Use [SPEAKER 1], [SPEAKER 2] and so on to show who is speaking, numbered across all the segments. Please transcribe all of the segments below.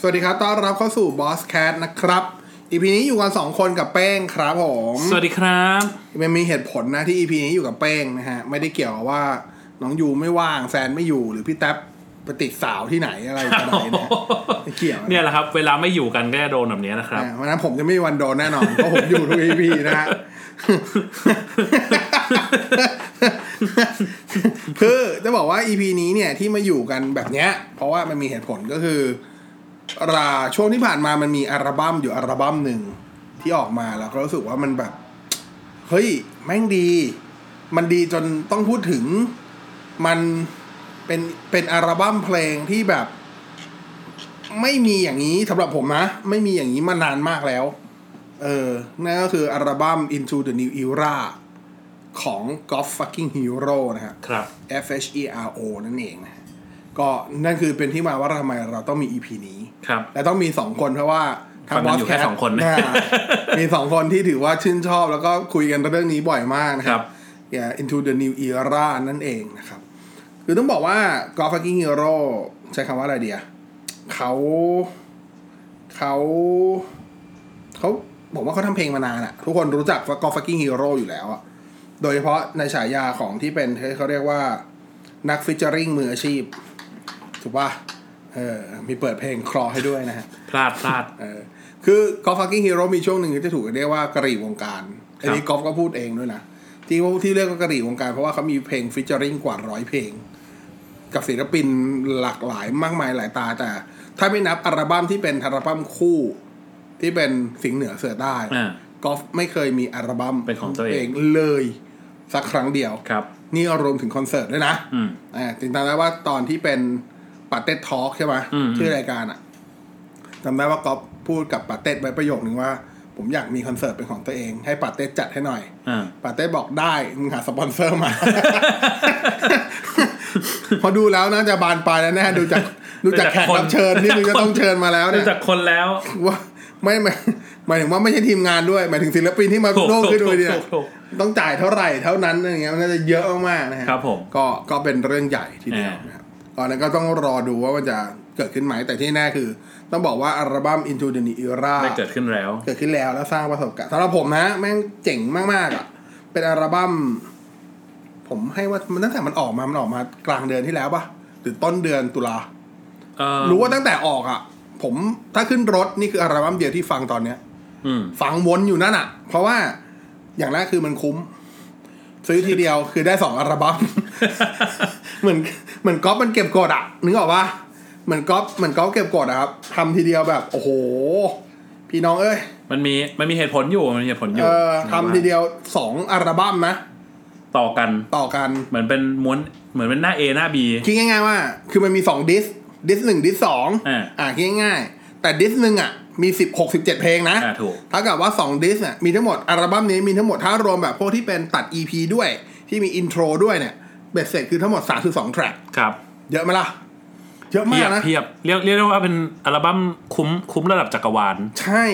[SPEAKER 1] สวัสดีครับ ต้อนรับเข้าสู่ Boss Cat นะครับ EP นี้อยู่กัน 2 คนกับเป้งครับผม
[SPEAKER 2] สวัสดีครับ
[SPEAKER 1] มันมีเหตุผลนะที่ EP นี้อยู่กับเป้งนะฮะ ไม่ได้เกี่ยวกับว่าน้องยูไม่ว่างแซนไม่อยู่หรือพี่แท็บไปติดสาวที่ไหนอะไรต่างๆนะไม่เกี่ยวนะ
[SPEAKER 2] เนี่ยแหละครับ เวลาไม่อยู่กันก็จะโดนแบบเนี้ยนะครับ
[SPEAKER 1] อ่าเพราะฉะนั้นผมจะไม่มีวันโดนแน่นอน เพราะผมอยู่ทุก EP นะฮะ คือจะบอกว่า EP นี้เนี่ยที่มาอยู่กันแบบเนี้ย เพราะว่ามันมีเหตุผลก็คือราช่วงที่ผ่านมามันมีอัลบั้มอยู่อัลบั้มหนึ่งที่ออกมาแล้วก็รู้สึกว่ามันแบบ เฮ้ย แม่งดี มันดีจนต้องพูดถึง มันเป็นเป็นอัลบั้มเพลงที่แบบ ไม่มีอย่างนี้สำหรับผมนะ ไม่มีอย่างนี้มานานมากแล้ว เออ นั่นก็คืออัลบั้ม Into the New Era ของ g o f Fucking Hero นะครับ
[SPEAKER 2] ครับ
[SPEAKER 1] F H E R O นั่นเองนะฮะก็นั่นคือเป็นที่มาว่าทำไมเราต้องมี EP นี้
[SPEAKER 2] ครับ
[SPEAKER 1] และต้องมีสองคนเพราะว่าทาง
[SPEAKER 2] ฟั
[SPEAKER 1] บอ
[SPEAKER 2] งกั
[SPEAKER 1] น ส
[SPEAKER 2] อยู่
[SPEAKER 1] แค
[SPEAKER 2] แค่
[SPEAKER 1] ท
[SPEAKER 2] สองคนนะ
[SPEAKER 1] มีสองคนที่ถือว่าชื่นชอบ แล้วก็คุยกันเรื่องนี้บ่อยมากนะค
[SPEAKER 2] ครั
[SPEAKER 1] รับ
[SPEAKER 2] บ
[SPEAKER 1] yeah, Into the New Era นั่นเองนะครับ คือต้องบอกว่า g o f Fucking Hero ใช้คำว่าอะไรเดียเขาเขาเขาผมว่าเขาทำเพลงมานานอะทุกคนรู้จัก g o f Fucking Hero อยู่แล้วอะโดยเฉพาะในฉายาของที่เป็นเขาเรียกว่า นักฟิชเจอริงมืออาชีพ ถูกป่ะเออมีเปิดเพลงคลอให้ด้วยนะฮะ
[SPEAKER 2] พลาดพลาด
[SPEAKER 1] เออคือกอล์ฟฟักกิ้งฮีโร่มีช่วงหนึ่งที่จะถูกเรียกว่ากะหรี่วงการ
[SPEAKER 2] ค
[SPEAKER 1] อั
[SPEAKER 2] รับ
[SPEAKER 1] นนี้กอล์ฟก็พูดเองด้วยนะ ที่ว่าที่เรียกว่ากะหรี่วงการเพราะว่าเขามีเพลงฟิชเจอริงกว่าร้อยเพลง กับศิลปินหลากหลายมากมายหลายตาแต่ ถ้าไม่นับอัลบั้มที่เป็นอัลบั้มคู่ ที่เป็นสิงห์เหนือเสือใต้
[SPEAKER 2] อ่า
[SPEAKER 1] กอล์ฟไม่เคยมีอัลบั้ม
[SPEAKER 2] เป็นของตัวเอง
[SPEAKER 1] เลยสักครั้งเดียว
[SPEAKER 2] ครับ
[SPEAKER 1] นี่รวมถึงคอนเสิร์ตด้วยนะ
[SPEAKER 2] อืม
[SPEAKER 1] อ่าจำได้ว่าตอนที่เป็นปัตเต็ดทอล์กใช่ไหม
[SPEAKER 2] อืม
[SPEAKER 1] ชื่อรายการอ่ะจำได้ว่าก๊อฟพูดกับปัตเต็ดไว้ประโยคนึงว่า ผมอยากมีคอนเสิร์ตเป็นของตัวเอง ให้ปัตเต็ดจัดให้หน่อย
[SPEAKER 2] อ่า
[SPEAKER 1] ปาเต้บอกได้ มึงหาสปอนเซอร์มา พอดูแล้วน่าจะบานปลายแล้วแน่ดูจากดูจากแขกรับเชิญที่มึงจะต้องเชิญมาแล้ว
[SPEAKER 2] ดู
[SPEAKER 1] เนี่ย
[SPEAKER 2] จากคนแล้ว
[SPEAKER 1] ว่าไม่ไม่หมายถึงว่าไม่ใช่ทีมงานด้วย หมายถึงศิลปินที่มา
[SPEAKER 2] ถูก
[SPEAKER 1] ร่วม
[SPEAKER 2] ถู
[SPEAKER 1] ด้
[SPEAKER 2] ก
[SPEAKER 1] วยด้วยเนี่ย
[SPEAKER 2] ถูกถูก
[SPEAKER 1] ต้องจ่ายเท่าไหร่เท่านั้นอะไรเงี้ยมันน่าจะเยอะมากๆนะฮะ
[SPEAKER 2] ครับผม
[SPEAKER 1] ก็ก็เป็นเรื่องใหญ่ทีเดียว
[SPEAKER 2] อ่าน
[SPEAKER 1] นะครับตอนนั้นก็ต้องรอดูว่ามันจะเกิดขึ้นไหมแต่ที่แน่คือ ต้องบอกว่าอัลบั้ม Into the New Era
[SPEAKER 2] ได้เกิดขึ้นแล้ว
[SPEAKER 1] เกิดขึ้นแล้วแล้วสร้างประสบการณ์สำหรับผมนะแม่งเจ๋งมากๆอ่ะ เป็นอัลบั้มผมให้ว่ามันตั้งแต่มันออกมา มันออกมากลางเดือนที่แล้วปะหรือต้นเดือนตุลา
[SPEAKER 2] เออ
[SPEAKER 1] รู้ว่าตั้งแต่ออกอ่ะ ผมถ้าขึ้นรถนี่คืออัลบั้มเดียวที่ฟังตอนเนี้ย
[SPEAKER 2] อืม
[SPEAKER 1] ฟังวนอยู่นั่นอ่ะ เพราะว่าอย่างแรกคือมันคุ้ม ซื้อทีเดียวคือได้สองอัลบั้ม เหมือนเหมือนก๊อฟมันเก็บกดอ่ะนึกออกปะเหมือนก๊อฟเหมือนก๊อฟเก็บกดอะครับทำทีเดียวแบบ โอ้โห พี่น้องเอ้ย
[SPEAKER 2] มันมีมันมีเหตุผลอยู่มันมีเหตุผลอยู่
[SPEAKER 1] เออทำทีเดียวสองอัลบั้มนะ
[SPEAKER 2] ต่อกัน
[SPEAKER 1] ต่อกัน
[SPEAKER 2] เหมือนเป็นม้วนเหมือนเป็นหน้า A หน้า B
[SPEAKER 1] คิดง่ายๆว่า คือมันมีสองดิสดิสหนึ่งดิสสอง
[SPEAKER 2] อ่า
[SPEAKER 1] อ่าคิดง่ายๆ แต่ดิสหนึ่งอ่ะมีสิบหกสิบเจ็ดเพลงนะ
[SPEAKER 2] อ่าถูก
[SPEAKER 1] เท่ากับว่าสองดิสอ่ะมีทั้งหมดอัลบั้มนี้มีทั้งหมดถ้ารวมแบบพวกที่เป็นตัด EP ด้วยที่มีอินโทรด้วยเนี่ยเบ็ดเสร็จคือทั้งหมดสามสิบสองแทร็ก
[SPEAKER 2] ครับ
[SPEAKER 1] เยอะไหมล่ะ เยอะมา
[SPEAKER 2] เพีย
[SPEAKER 1] ก
[SPEAKER 2] บ
[SPEAKER 1] นะ
[SPEAKER 2] เพียบเรียกเรียกได้ว่าเป็นอัลบั้มคุ้มคุ้มระดับจักรวาล
[SPEAKER 1] ใช่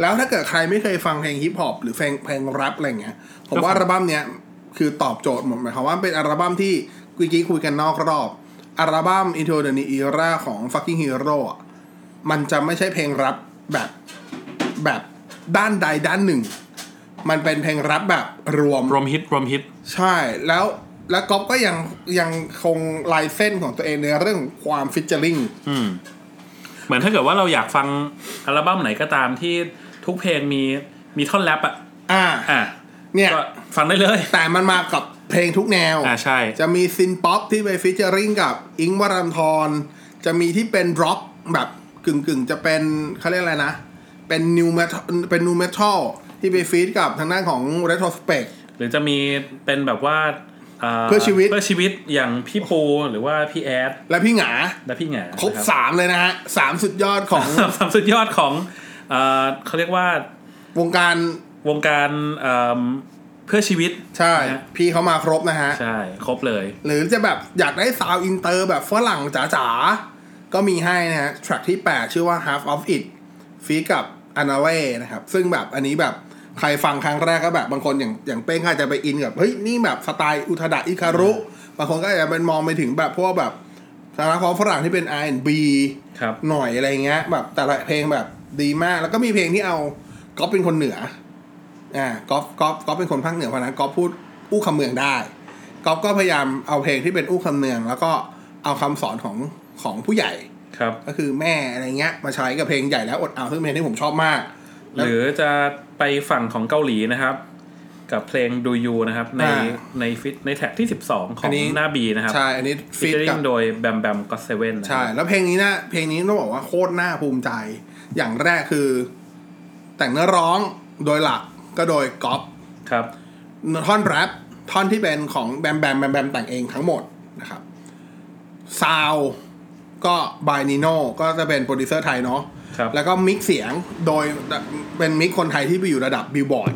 [SPEAKER 1] แล้วถ้าเกิดใครไม่เคยฟังเพลงฮิปฮอปหรือเพลงเพลงแรปอะไรเงี้ย ผมว่า
[SPEAKER 2] ครับ
[SPEAKER 1] อัลบั้มเนี้ยคือตอบโจทย์หมดหมายความว่าเป็นอัลบั้มที่กุยกี้คุยกันนอกรอบ อัลบั้ม Into the New Era ของ Fucking Hero อะมันจะไม่ใช่เพลงแรปแบบแบบด้านใดด้านหนึ่ง มันเป็นเพลงแรปแบบรวม
[SPEAKER 2] รวมฮิตรวมฮิต
[SPEAKER 1] ใช่แล้วแล้วก๊อฟก็ยังยังคงลายเส้นของตัวเองในเรื่องของความฟิชเชอร์ลิง
[SPEAKER 2] อืมเหมือนถ้าเกิดว่าเราอยากฟังอัลบั้มไหนก็ตามที่ทุกเพลงมีมีท่อนแรปอ่ะ
[SPEAKER 1] อ่า
[SPEAKER 2] อ่ะ
[SPEAKER 1] เนี่ย
[SPEAKER 2] ก็ฟังได้เลย
[SPEAKER 1] แต่มันมากับเพลงทุกแนว
[SPEAKER 2] อ่าใช่
[SPEAKER 1] จะมีซินป๊อปที่ไปฟิชเจอริงกับอิงค์วรันทร จะมีที่เป็นร็อกแบบกึ่งกึ่งๆ จะเป็นเขาเรียกอะไรนะ เป็นนิวเมทัลเป็นนูเมทัลที่ไปฟีดกับทางด้านของ Retrospect
[SPEAKER 2] หรือจะมีเป็นแบบว่าา
[SPEAKER 1] เพื่อชีวิต
[SPEAKER 2] เพื่อชีวิตอย่างพี่ปูหรือว่าพี่แอด
[SPEAKER 1] และพี่หงา
[SPEAKER 2] และพี่หงา
[SPEAKER 1] ครบ
[SPEAKER 2] นะ
[SPEAKER 1] สามเลยนะฮะสามสุดยอดของ
[SPEAKER 2] สาม สามสุดยอดของเอ่อเขาเรียกว่าว
[SPEAKER 1] งการ
[SPEAKER 2] วงการเอ่อเพื่อชีวิต
[SPEAKER 1] ใช่
[SPEAKER 2] นะ
[SPEAKER 1] พี่เขามาครบนะฮะ
[SPEAKER 2] ใช่ครบเลย
[SPEAKER 1] หรือจะแบบอยากได้ซาวอินเตอร์แบบฝรั่งจ๋าๆ ก็มีให้นะฮะ แทร็กที่ 8 ชื่อว่า half of it ฟีดกับ a n a l e นะครับ ซึ่งแบบอันนี้แบบใครฟังครั้งแรกก็แบบบางคนอย่างอย่างเป้งก็อาจจะไปอินกับ เฮ้ย นี่แบบสไตล์อุทดะอิคารุ บางคนก็อาจจะเป็นมองไปถึงแบบพวกแบบ สาระของฝรั่งที่เป็น R&B
[SPEAKER 2] ครับ
[SPEAKER 1] หน่อยอะไรเงี้ย แบบแต่ละเพลงแบบดีมาก แล้วก็มีเพลงที่เอาก๊อฟเป็นคนเหนืออ่าก๊อฟก๊อฟก๊อฟเป็นคนภาคเหนือเพราะฉะนั้นก๊อฟพูดอู้คำเมืองได้ก๊อฟก็พยายามเอาเพลงที่เป็นอู้คำเมือง แล้วก็เอาคำสอนของของผู้ใหญ่
[SPEAKER 2] ครับ
[SPEAKER 1] ก็คือแม่อะไรเงี้ยมาใช้กับเพลงใหญ่แล้วอดเอาซึ่งเพลงที่ผมชอบมาก แล้
[SPEAKER 2] ห
[SPEAKER 1] ว
[SPEAKER 2] รือจะไปฝั่งของเกาหลีนะครับ กับเพลงดูยูนะครับ ใน
[SPEAKER 1] อ่า
[SPEAKER 2] ในฟิตในแท็กที่ 12 ข
[SPEAKER 1] อั
[SPEAKER 2] อง
[SPEAKER 1] นนี้
[SPEAKER 2] หน้าบีนะครับ
[SPEAKER 1] ใช่ อันนี้
[SPEAKER 2] ฟิ
[SPEAKER 1] ฟี
[SPEAKER 2] ช
[SPEAKER 1] ด
[SPEAKER 2] เจอริ
[SPEAKER 1] กั
[SPEAKER 2] ง
[SPEAKER 1] บ
[SPEAKER 2] โดยแบมแบมก็เซเว่น
[SPEAKER 1] ใช่ แล้วเพลงนี้นะเพลงนี้ต้องบอกว่าโคตรน่าภูมิใจ อย่างแรกคือ แต่งเนื้อร้องโดยหลักก็โดยก๊อฟ
[SPEAKER 2] ครับ
[SPEAKER 1] ท่อนแรปท่อนที่เป็นของแบมแบมแบมแบมแต่งเองทั้งหมดนะครับซาวก็บายนีโน่ก็จะเป็นโปรดิวเซอร์ไทยเนาะ
[SPEAKER 2] ครับ
[SPEAKER 1] แล้วก็มิกเสียงโดยเป็นมิกคนไทยที่ไปอยู่ระดับบิลบอร์ด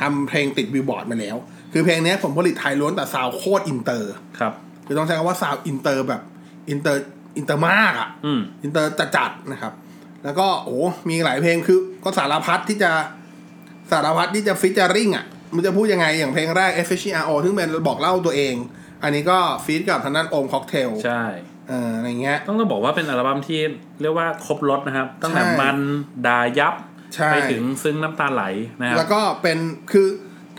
[SPEAKER 1] ทำเพลงติดบิลบอร์ดมาแล้ว คือเพลงเนี้ยผมผลิตไทยล้วนแต่ซาวโคตรอินเตอร์
[SPEAKER 2] ครับ
[SPEAKER 1] คือต้องใช้คำว่าซาวอินเตอร์แบบอินเตอร์อินเตอร์มากอ่ะ
[SPEAKER 2] อืม
[SPEAKER 1] อินเตอร์จัดๆนะครับ แล้วก็โอ้โหมีหลายเพลงคือก็สารพัดที่จะสารพัดที่จะฟิชเจอริงอ่ะ มันจะพูดยังไงอย่างเพลงแรก f h r o ซึ่งเป็นบอกเล่าตัวเอง อันนี้ก็ฟีดกับทางด้านโอมค็อกเทล
[SPEAKER 2] ใช่
[SPEAKER 1] เอออะไรเงี้ย
[SPEAKER 2] ต้องต้องบอกว่าเป็นอัลบั้มที่เรียกว่าครบรถนะครับ ตั้งแต่
[SPEAKER 1] ใช่
[SPEAKER 2] มันดายับ
[SPEAKER 1] ใช่
[SPEAKER 2] ไปถึงซึ้งน้ำตาไหลนะครับ
[SPEAKER 1] แล้วก็เป็นคือ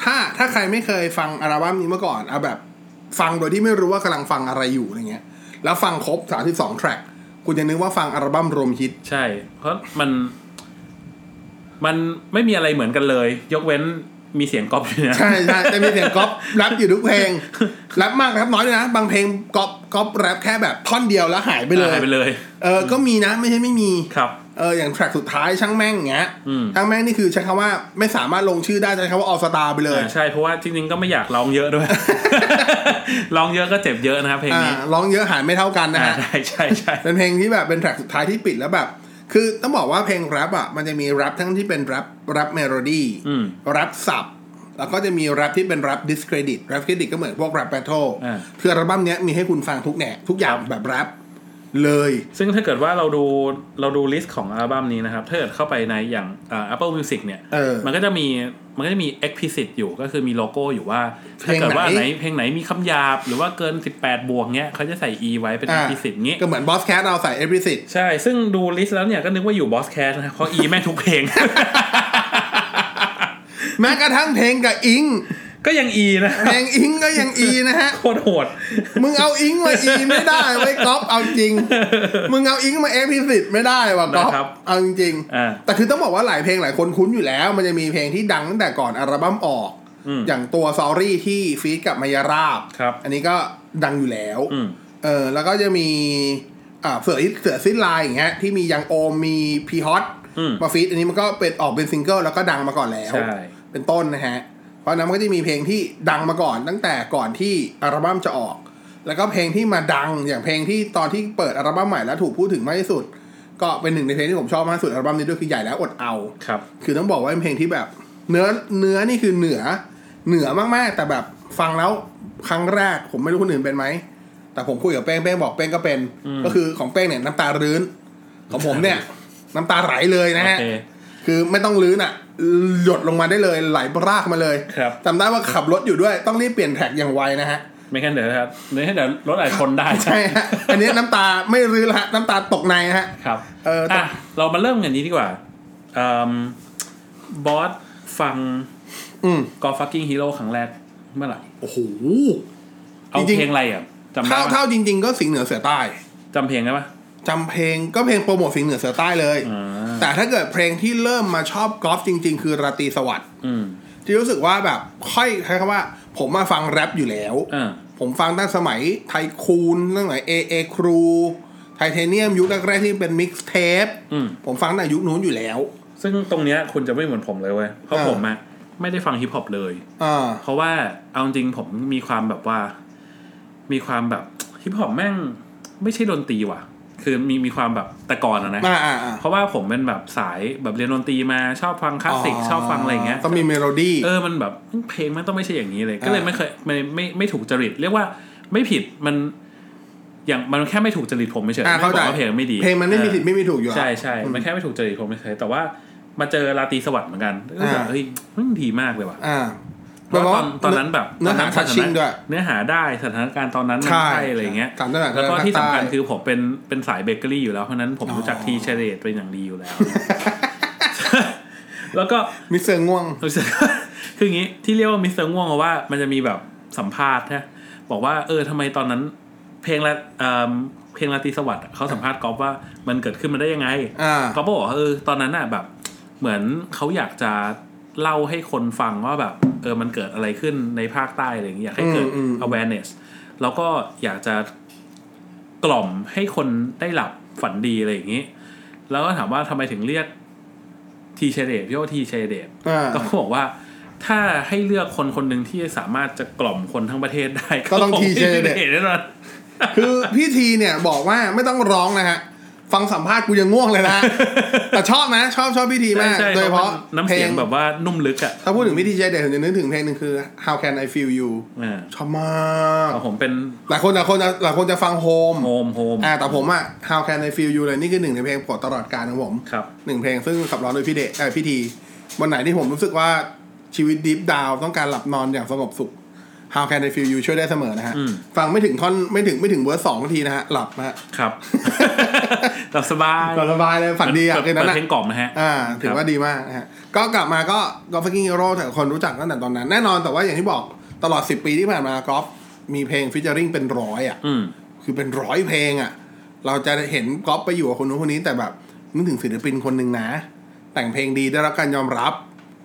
[SPEAKER 1] ถ้าถ้าใครไม่เคยฟังอัลบั้มนี้มาก่อนเอาแบบ ฟังโดยที่ไม่รู้ว่ากำลังฟังอะไรอยู่อะไรเงี้ย แล้วฟังครบ 32 แทร็กคุณจะนึกว่าฟังอัลบั้มรวมฮิต
[SPEAKER 2] ใช่ เพราะมันมันไม่มีอะไรเหมือนกันเลย ยกเว้นมีเสียงก๊อปอยู่นะ
[SPEAKER 1] ใช่ใช่แต่มีเสียงก๊อปแรปอยู่ทุกเพลงแรปมากแรปน้อยด้วยนะ บางเพลงก๊อปก๊อปแรปแค่แบบท่อนเดียวแล้วหายไปเลย
[SPEAKER 2] หายไปเลย
[SPEAKER 1] เออก็มีนะไม่ใช่ไม่มี
[SPEAKER 2] ครับ
[SPEAKER 1] เอออย่างแทร็กสุดท้ายช่างแม่งอย่างเงี้ย
[SPEAKER 2] อืม
[SPEAKER 1] ช่างแม่งนี่คือใช้คำว่าไม่สามารถลงชื่อได้ใช้คำว่าออสตาไปเลย
[SPEAKER 2] อ่าใช่เพราะว่าจริงๆก็ไม่อยากร้องเยอะด้วย ร้องเยอะก็เจ็บเยอะนะครับเพลง
[SPEAKER 1] อ่า
[SPEAKER 2] นี้
[SPEAKER 1] ร้องเยอะหายไม่เท่ากันนะ
[SPEAKER 2] อ่า
[SPEAKER 1] ฮะ
[SPEAKER 2] ใช่ใช่ใช่
[SPEAKER 1] เป็นเพลงที่แบบเป็นแทร็กสุดท้ายที่ปิดแล้วแบบ คือต้องบอกว่าเพลงแรปอ่ะมันจะมีแรปทั้งที่เป็นแรปแรปเมโลดี้
[SPEAKER 2] อืม
[SPEAKER 1] แรปสับแล้วก็จะมีแรปที่เป็นแรปดิสเครดิตแรปเครดิตก็เหมือนพวกแรปแบทเทิล
[SPEAKER 2] อ่า
[SPEAKER 1] คืออัลบั้มเนี้ยมีให้คุณฟังทุกแหนกทุกอย่างแบบแรปเลย
[SPEAKER 2] ซึ่งถ้าเกิดว่าเราดูเราดูลิสต์ของอัลบั้มนี้นะครับ ถ้าเกิดเข้าไปในอย่างอ่า Apple Music เนี่ย
[SPEAKER 1] เออ
[SPEAKER 2] มันก็จะมีมันก็จะมี explicit อยู่ก็คือมีโลโก้อยู่ว่า
[SPEAKER 1] เพ
[SPEAKER 2] ถ้า
[SPEAKER 1] ลงไหน
[SPEAKER 2] เกิดว่าไหนเพลงไหนมีคำหยาบ หรือว่าเกิน 18 บวกเนี้ยเขาจะใส่ e ไว้เป็น
[SPEAKER 1] อ่า
[SPEAKER 2] explicit งี้
[SPEAKER 1] ก็เหมือนบอสแคทเราใส่เอ r ิสิต
[SPEAKER 2] ใช่ ซึ่งดูลิสต์แล้วเนี่ย ก็นึกว่าอยู่บอสแคสนะเพราะอีแม่งทุกเพลง
[SPEAKER 1] แม้กระทั่งเพลงกับอิง
[SPEAKER 2] ก็ยังอีนะ
[SPEAKER 1] เพลงอิงก็ยังอีนะฮะ
[SPEAKER 2] โคตรโหด
[SPEAKER 1] มึงเอาอิงมาอีไม่ได้ไว้ยก๊อฟเอาจริง มึงเอาอิงมาเอ r ิสิตไม่ได้ว่ะก๊อฟ
[SPEAKER 2] นะครับ
[SPEAKER 1] เอาจริง
[SPEAKER 2] อ่า
[SPEAKER 1] แต่คือต้องบอกว่าหลายเพลงหลายคนคุ้นอยู่แล้ว มันจะมีเพลงที่ดังตั้งแต่ก่อนอัลบั้มออก
[SPEAKER 2] อืม
[SPEAKER 1] อย่างตัว Sorry ที่ฟีดกับมายาราบ
[SPEAKER 2] ครับ
[SPEAKER 1] อันนี้ก็ดังอยู่แล้ว
[SPEAKER 2] อืม
[SPEAKER 1] เออแล้วก็จะมีอ่าเสือเสือซิ้นลายอย่างเงี้ยที่มียังโอมมีพีฮอต
[SPEAKER 2] อืม
[SPEAKER 1] มาฟีดอันนี้มันก็เป็นออกเป็นซิงเกิลแล้วก็ดังมาก่อนแล้ว
[SPEAKER 2] ใช่
[SPEAKER 1] เป็นต้นนะฮะ เพราะฉะนั้นมันก็จะมีเพลงที่ดังมาก่อนตั้งแต่ก่อนที่อัลบั้มจะออก แล้วก็เพลงที่มาดังอย่างเพลงที่ตอนที่เปิดอัลบั้มใหม่แล้วถูกพูดถึงมากที่สุด ก็เป็นหนึ่งในเพลงที่ผมชอบมากที่สุดอัลบั้มนี้ด้วยคือใหญ่แล้วอดเอา
[SPEAKER 2] ครับ
[SPEAKER 1] คือต้องบอกว่าเป็นเพลงที่แบบ เนื้อเนื้อนี่คือเหนือเหนือมากๆ แต่แบบฟังแล้วครั้งแรก ผมไม่รู้คนอื่นเป็นไหม แต่ผมคุยกับเป้งเป้งบอกเป้งก็เป็น ก็คือของเป้งเนี่ยน้ำตารื้น ของผม เนี่ย น้ำตาไหลเลยนะ
[SPEAKER 2] โอ
[SPEAKER 1] ฮะ
[SPEAKER 2] เค
[SPEAKER 1] คือไม่ต้องลื้นอ่ะ หยดลงมาได้เลยไหลปรากมาเลย
[SPEAKER 2] ครับ
[SPEAKER 1] จำได้ว่าขับรถอยู่ด้วยต้องรีบเปลี่ยนแท็กอย่างไวนะฮะ
[SPEAKER 2] ไม่งั้นเดี๋ยวนะครับไม่งั้นเดี๋ยวรถอาจชนได้
[SPEAKER 1] ใช่ฮะ อันนี้น้ำตาไม่รื้นละฮะน้ำตาตกในฮะ
[SPEAKER 2] ครับ
[SPEAKER 1] เออแต่
[SPEAKER 2] อ่ะเรามาเริ่มกันนี้ดีกว่าบอสฟัง
[SPEAKER 1] อืม
[SPEAKER 2] กอฟักกิ้งฮีโร่ครั้งแรกเมื่อไหร่
[SPEAKER 1] โอ้โห
[SPEAKER 2] เอา
[SPEAKER 1] จริงๆ
[SPEAKER 2] เพลงอะไรอ่ะจำได้
[SPEAKER 1] เท่า
[SPEAKER 2] ปะ
[SPEAKER 1] เท่าจริง ๆ ก็สิงห์เหนือเสือใต้
[SPEAKER 2] จำเพลงได้ปะ
[SPEAKER 1] จำเพลงก็เพลงโปรโมทสิงห์เหนือเสือใต้เลย
[SPEAKER 2] อ่า
[SPEAKER 1] แต่ถ้าเกิดเพลงที่เริ่มมาชอบกอล์ฟจริง ๆ คือราตรีสวัสดิ์
[SPEAKER 2] อืม
[SPEAKER 1] ที่รู้สึกว่าแบบค่อยใช้คำว่า ผมมาฟังแรปอยู่แล้ว
[SPEAKER 2] อ่า
[SPEAKER 1] ผมฟังตั้งสมัยไทคูนตั้งแต่เอเอครูไทเทเนียมยุคแรกๆที่เป็นมิกซ์เทป
[SPEAKER 2] อืม
[SPEAKER 1] ผมฟังตั้งแต่ยุคนู้นอยู่แล้ว
[SPEAKER 2] ซึ่งตรงเนี้ยคุณจะไม่เหมือนผมเลยเว้ยเพราะ
[SPEAKER 1] อ่า
[SPEAKER 2] ผมอะไม่ได้ฟังฮิปฮอปเลย
[SPEAKER 1] อ่า
[SPEAKER 2] เพราะว่าเอาจริงผมมีความแบบว่า มีความแบบ ฮิปฮอปแม่งไม่ใช่ดนตรีว่ะ คือมีมีความแบบแต่ก่อนอะนะ
[SPEAKER 1] อ่าอ่าอ่า
[SPEAKER 2] เพราะว่าผมเป็นแบบสายแบบเรียนดนตรีมาชอบฟังคลาสสิกชอบฟังอะไรอย่างเงี้ย
[SPEAKER 1] ก็มีเมโลดี้
[SPEAKER 2] เออมันแบบเพลงมันต้องไม่ใช่อย่างนี้เลย
[SPEAKER 1] อ่า
[SPEAKER 2] ก็เลยไม่เคยไม่ไม่ไม่ถูกจริต เรียกว่าไม่ผิดมัน อย่างมันแค่ไม่ถูกจริตผมไม่เฉย
[SPEAKER 1] อ่า
[SPEAKER 2] ไม่
[SPEAKER 1] เข้า
[SPEAKER 2] บ
[SPEAKER 1] ใจ
[SPEAKER 2] อกว่าเพลงไม่ดี
[SPEAKER 1] เพลงมันไม่มี
[SPEAKER 2] เออ
[SPEAKER 1] ผิดไม่มีถูกอยู่แล้ว
[SPEAKER 2] ใช่ใช่มันแค่ไม่ถูกจริตผมเฉยๆแต่ว่ามาเจอราตรีสวัสดิ์เหมือนกันก็แบบ
[SPEAKER 1] อ่า
[SPEAKER 2] เฮ้ยมันดีมากเลยว่ะ
[SPEAKER 1] อ่า
[SPEAKER 2] เพราะว่า
[SPEAKER 1] แบบว่า
[SPEAKER 2] ตอนตอนนั้นแบบ
[SPEAKER 1] เนื้อหา
[SPEAKER 2] ตสถ
[SPEAKER 1] touching ด้วย
[SPEAKER 2] เนื้อหาได้สถานการณ์ตอนนั้นมัน
[SPEAKER 1] ใช่
[SPEAKER 2] ใช่อะไรอย่างเงี้ย
[SPEAKER 1] สามสถานการณ์
[SPEAKER 2] แล้วก็ที่สำคัญ
[SPEAKER 1] ใต้
[SPEAKER 2] คือผมเป็นเป็นสายเบเกอรี่อยู่แล้ว เพราะฉะนั้นผม
[SPEAKER 1] อ๋อ
[SPEAKER 2] รู้จักทีเชเดตเป็นอย่างดีอ ยู่แล้ว แล้วก็
[SPEAKER 1] มิสเตอร์ง่วง
[SPEAKER 2] รู้สึก คืออย่างนี้ที่เรียกว่ามิสเตอร์ง่วงเพราะว่ามันจะมีแบบสัมภาษณ์นะบอกว่าเออทำไมตอนนั้น เพลงละเอิ่มเพลงลาตรีสวัสดิ์อะเขาสัมภาษณ์ก๊อฟว่ามันเกิดขึ้นมาได้ยังไง
[SPEAKER 1] อ่า
[SPEAKER 2] ก๊อฟก็บอกว่าเออตอนนั้นอ่ะแบบ เหมือนเขาอยากจะเล่าให้คนฟังว่าแบบ เออมันเกิดอะไรขึ้นในภาคใต้อะไรอย่างเงี้ยอยากให้เกิด
[SPEAKER 1] อืมอืม
[SPEAKER 2] awareness แล้วก็อยากจะกล่อมให้คนได้หลับฝันดีอะไรอย่างนี้ แล้วก็ถามว่าทำไมถึงเรียกทีเชเดพี่ว่าทีเชเด
[SPEAKER 1] อ่า
[SPEAKER 2] ก็บอกว่าถ้าให้เลือกคนคนหนึ่งที่สามารถจะกล่อมคนทั้งประเทศได้
[SPEAKER 1] ก็ต้อง
[SPEAKER 2] ค
[SPEAKER 1] T Shade
[SPEAKER 2] ป็นเดชแน่นอน
[SPEAKER 1] คือพี่ทีเนี่ยบอกว่าไม่ต้องร้องนะฮะ ฟังสัมภาษณ์กูยังง่วงเลย นะ แต่ชอบนะ ชอบชอบพี่ที
[SPEAKER 2] ใช่
[SPEAKER 1] มาก
[SPEAKER 2] ใช่
[SPEAKER 1] โดยเฉพาะ
[SPEAKER 2] น้ำ
[SPEAKER 1] เพล
[SPEAKER 2] เสีย
[SPEAKER 1] ง
[SPEAKER 2] งแบบว่านุ่มลึกอ่ะ
[SPEAKER 1] ถ้าพูดถึงพี่ทีเจเด็ดผมจะนึกถึงเพลงหนึ่งคือ How Can I Feel You
[SPEAKER 2] อ่า
[SPEAKER 1] ชอบมาก
[SPEAKER 2] ของผมเป็น
[SPEAKER 1] หลายคนหลายคนหลายคนจะฟังโฮม
[SPEAKER 2] โฮมโฮม
[SPEAKER 1] อ่าแต่ผมอะ How Can I Feel You เลยนี่คือหนึ่งในเพลงโปรดตลอดกาลของผม
[SPEAKER 2] ครับ
[SPEAKER 1] หนึ่งเพลงซึ่งขับร้องโดยพี่เดชเออพี่ทีวันไหนที่ผมรู้สึกว่าชีวิตดิฟดาวต้องการหลับนอนอย่างสงบสุข How can I feel you ช่วยได้เสมอนะฮะ
[SPEAKER 2] อืม
[SPEAKER 1] ฟังไม่ถึงท่อนไม่ถึงไม่ถึงเวอร์สองนาทีนะฮะ หลับนะฮะ
[SPEAKER 2] ครับ เราสบาย
[SPEAKER 1] หลับสบายเลยฝันดีอ่ะ
[SPEAKER 2] เปิ
[SPEAKER 1] คืนนั้นอ่ะ
[SPEAKER 2] เปิดเพลงกล่อมนะฮะ
[SPEAKER 1] อ่า ถือว่าดีมากนะฮะ ก็กลับมาก็กอล์ฟกิ้งฮีโร่แต่คนรู้จักตั้งแต่ตอนนั้น แน่นอนแต่ว่าอย่างที่บอกตลอด 10 ปีที่ผ่านมากอล์ฟมีเพลงฟิชเจอริงเป็นร้อยอ่ะ
[SPEAKER 2] อืม
[SPEAKER 1] คือเป็นร้อยเพลงอะ่ะ เราจะเห็นก๊อปไปอยู่กับคนนู้นคนนี้แต่แบบนึกถึงศิลปินคนหนึ่งนะ แต่งเพลงดีได้รับการยอมรับ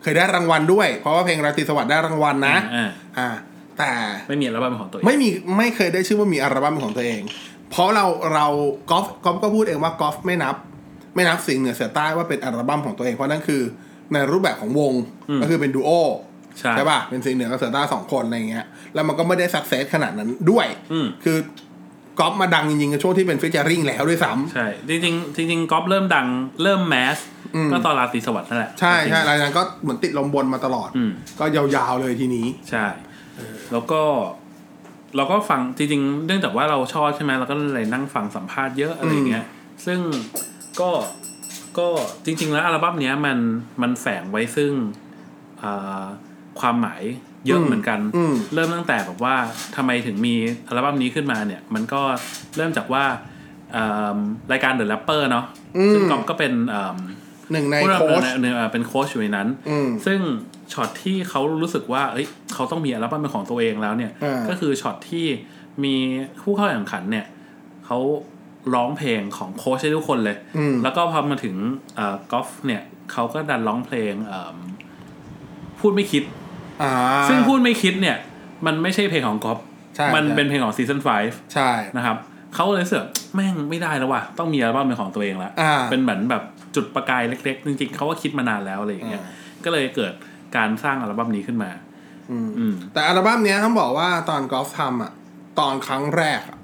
[SPEAKER 1] เคยได้รางวัลด้วย เพราะว่าเพลงราตรีสวัสดิ์ได้รางวัลนะ
[SPEAKER 2] อ่า
[SPEAKER 1] อ่า แต่
[SPEAKER 2] ไม่มีอัลบั้มเป็นของตัวเอง
[SPEAKER 1] ไม่มีไม่เคยได้ชื่อว่ามีอัลบั้มเป็นของตัวเอง เพราะเราเรากอฟกอฟก็พูดเองว่ากอฟไม่นับ ไม่นับสิ่งเหนือเสือใต้ว่าเป็นอัลบั้มของตัวเองเพราะนั่นคือในรูปแบบของวงก็คือเป็นดูโอ
[SPEAKER 2] ใช่
[SPEAKER 1] ใช่ป่ะ เป็นสิงเหนือกับเสือใต้สองคนอะไรอย่างเงี้ย แล้วมันก็ไม่ได้สักเซสขนาดนั้นด้วย
[SPEAKER 2] อืม
[SPEAKER 1] คือก๊อปมาดังจริงๆกับช่วงที่เป็นฟิชเจอริงแล้วด้วยซ้
[SPEAKER 2] ใช่จริงจริงๆจริงๆก๊อฟเริ่มดังเริ่มแมสก็ตอนราตรีสวัสดิ์นั่นแหละ
[SPEAKER 1] ำใช่
[SPEAKER 2] จริงๆ
[SPEAKER 1] ใช่รายนั้นก็เหมือนติดลมบนมาตลอด
[SPEAKER 2] อืม
[SPEAKER 1] ก็ยาวๆเลยทีนี้
[SPEAKER 2] ใช่ แล้วก็เราก็ฟังจริงๆ เนื่องจากว่าเราชอบใช่ไหมเราก็เลยนั่งฟังสัมภาษณ์เยอะอะไรอย่างเงี้ย ซึ่งก็ก็จริง ๆ แล้วอัลบั้มเนี้ยมันมันแฝงไว้ซึ่งอ่าความหมายเยอะ
[SPEAKER 1] อืม
[SPEAKER 2] เหมือนกัน
[SPEAKER 1] อืม
[SPEAKER 2] เริ่มตั้งแต่แบบว่าทำไมถึงมีอัลบั้มนี้ขึ้นมาเนี่ย มันก็เริ่มจากว่าอ่ารายการเดอะแรปเปอร์เนาะซึ่งกอมก็เป็นอ่า
[SPEAKER 1] หนึ่งใน
[SPEAKER 2] ผู้ดำ
[SPEAKER 1] โค้
[SPEAKER 2] เนิน
[SPEAKER 1] ช
[SPEAKER 2] เอ่อเป็นโค้ชอยู่ในนั้น
[SPEAKER 1] อืม
[SPEAKER 2] ซึ่งช็อตที่เขารู้สึกว่า เอ้ย เขาต้องมีอัลบั้มเป็นของตัวเองแล้วเนี่ย
[SPEAKER 1] อ่า
[SPEAKER 2] ก็คือช็อตที่มีผู้เข้าแข่งขันเนี่ย เขาร้องเพลงของโค้ชให้ทุกคนเลย
[SPEAKER 1] อืม
[SPEAKER 2] แล้วก็พอมาถึงเอ่อกอล์ฟเนี่ย เขาก็ดันร้องเพลงเอิ่มพูดไม่คิด
[SPEAKER 1] อ่า
[SPEAKER 2] ซึ่งพูดไม่คิดเนี่ย มันไม่ใช่เพลงของกอล์ฟ
[SPEAKER 1] ใช่
[SPEAKER 2] มัน
[SPEAKER 1] ใช่
[SPEAKER 2] เป็นเพลงของซีซั่น5
[SPEAKER 1] ใช่
[SPEAKER 2] นะครับเขาเลยรู้สึกแม่งไม่ได้แล้วว่ะต้องมีอัลบั้มเป็นของตัวเองแล้ว
[SPEAKER 1] อ่า
[SPEAKER 2] เป็นเหมือนแบบจุดประกายเล็กๆ จริงๆเขาก็คิดมานานแล้วอะไรอย่างเงี้ย
[SPEAKER 1] อ่า
[SPEAKER 2] ก็เลยเกิดการสร้างอัลบั้มนี้ขึ้นมา
[SPEAKER 1] อืม
[SPEAKER 2] อืม
[SPEAKER 1] แต่อัลบั้มเนี้ยต้องบอกว่าตอนกอล์ฟทำอ่ะ ตอนครั้งแรกอะ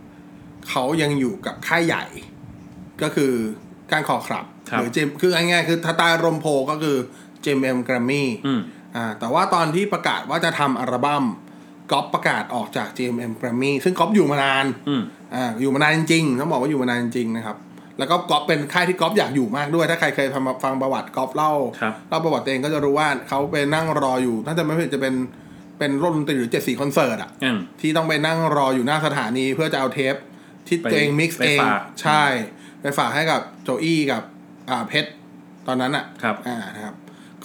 [SPEAKER 1] เขายังอยู่กับค่ายใหญ่ ก็คือการคอครับ
[SPEAKER 2] ครั
[SPEAKER 1] ห
[SPEAKER 2] บ
[SPEAKER 1] รือเจมคือง่ายๆคือทตายรมโพก็คือเจมเอ็มแกรมมี่
[SPEAKER 2] อืม
[SPEAKER 1] อ่าแต่ว่าตอนที่ประกาศว่าจะทำอัลบั้มก๊อฟประกาศออกจาก GMM Grammy ซึ่งก๊อฟอยู่มานาน
[SPEAKER 2] อืม
[SPEAKER 1] อ่าอยู่มานานจริงต้องบอกว่าอยู่มานานจริงนะครับ แล้วก็ก๊อฟเป็นค่ายที่ก๊อฟอยากอยู่มากด้วย ถ้าใครเคยฟังฟังประวัติก๊อฟเล่า
[SPEAKER 2] ครับ
[SPEAKER 1] เล่าประวัติตัวเองก็จะรู้ว่าเขาไปนั่งรออยู่น่าจะไม่ผิดจะเป็นเป็นร่นดนตรีหรือเจ็ดสี่คอนเสิร์ตอะ
[SPEAKER 2] อืม
[SPEAKER 1] ที่ต้องไปนั่งรออยู่หน้าสถานีเพื่อจะเอาเทป ที่
[SPEAKER 2] ไป
[SPEAKER 1] ตัวเองมิกซ์
[SPEAKER 2] ไป
[SPEAKER 1] เอง
[SPEAKER 2] ฝาก
[SPEAKER 1] ใช่ ไปฝากให้กับโจอี้กับอ่าเพชรตอนนั้นอ่ะ
[SPEAKER 2] ครับ
[SPEAKER 1] อ่านะครับ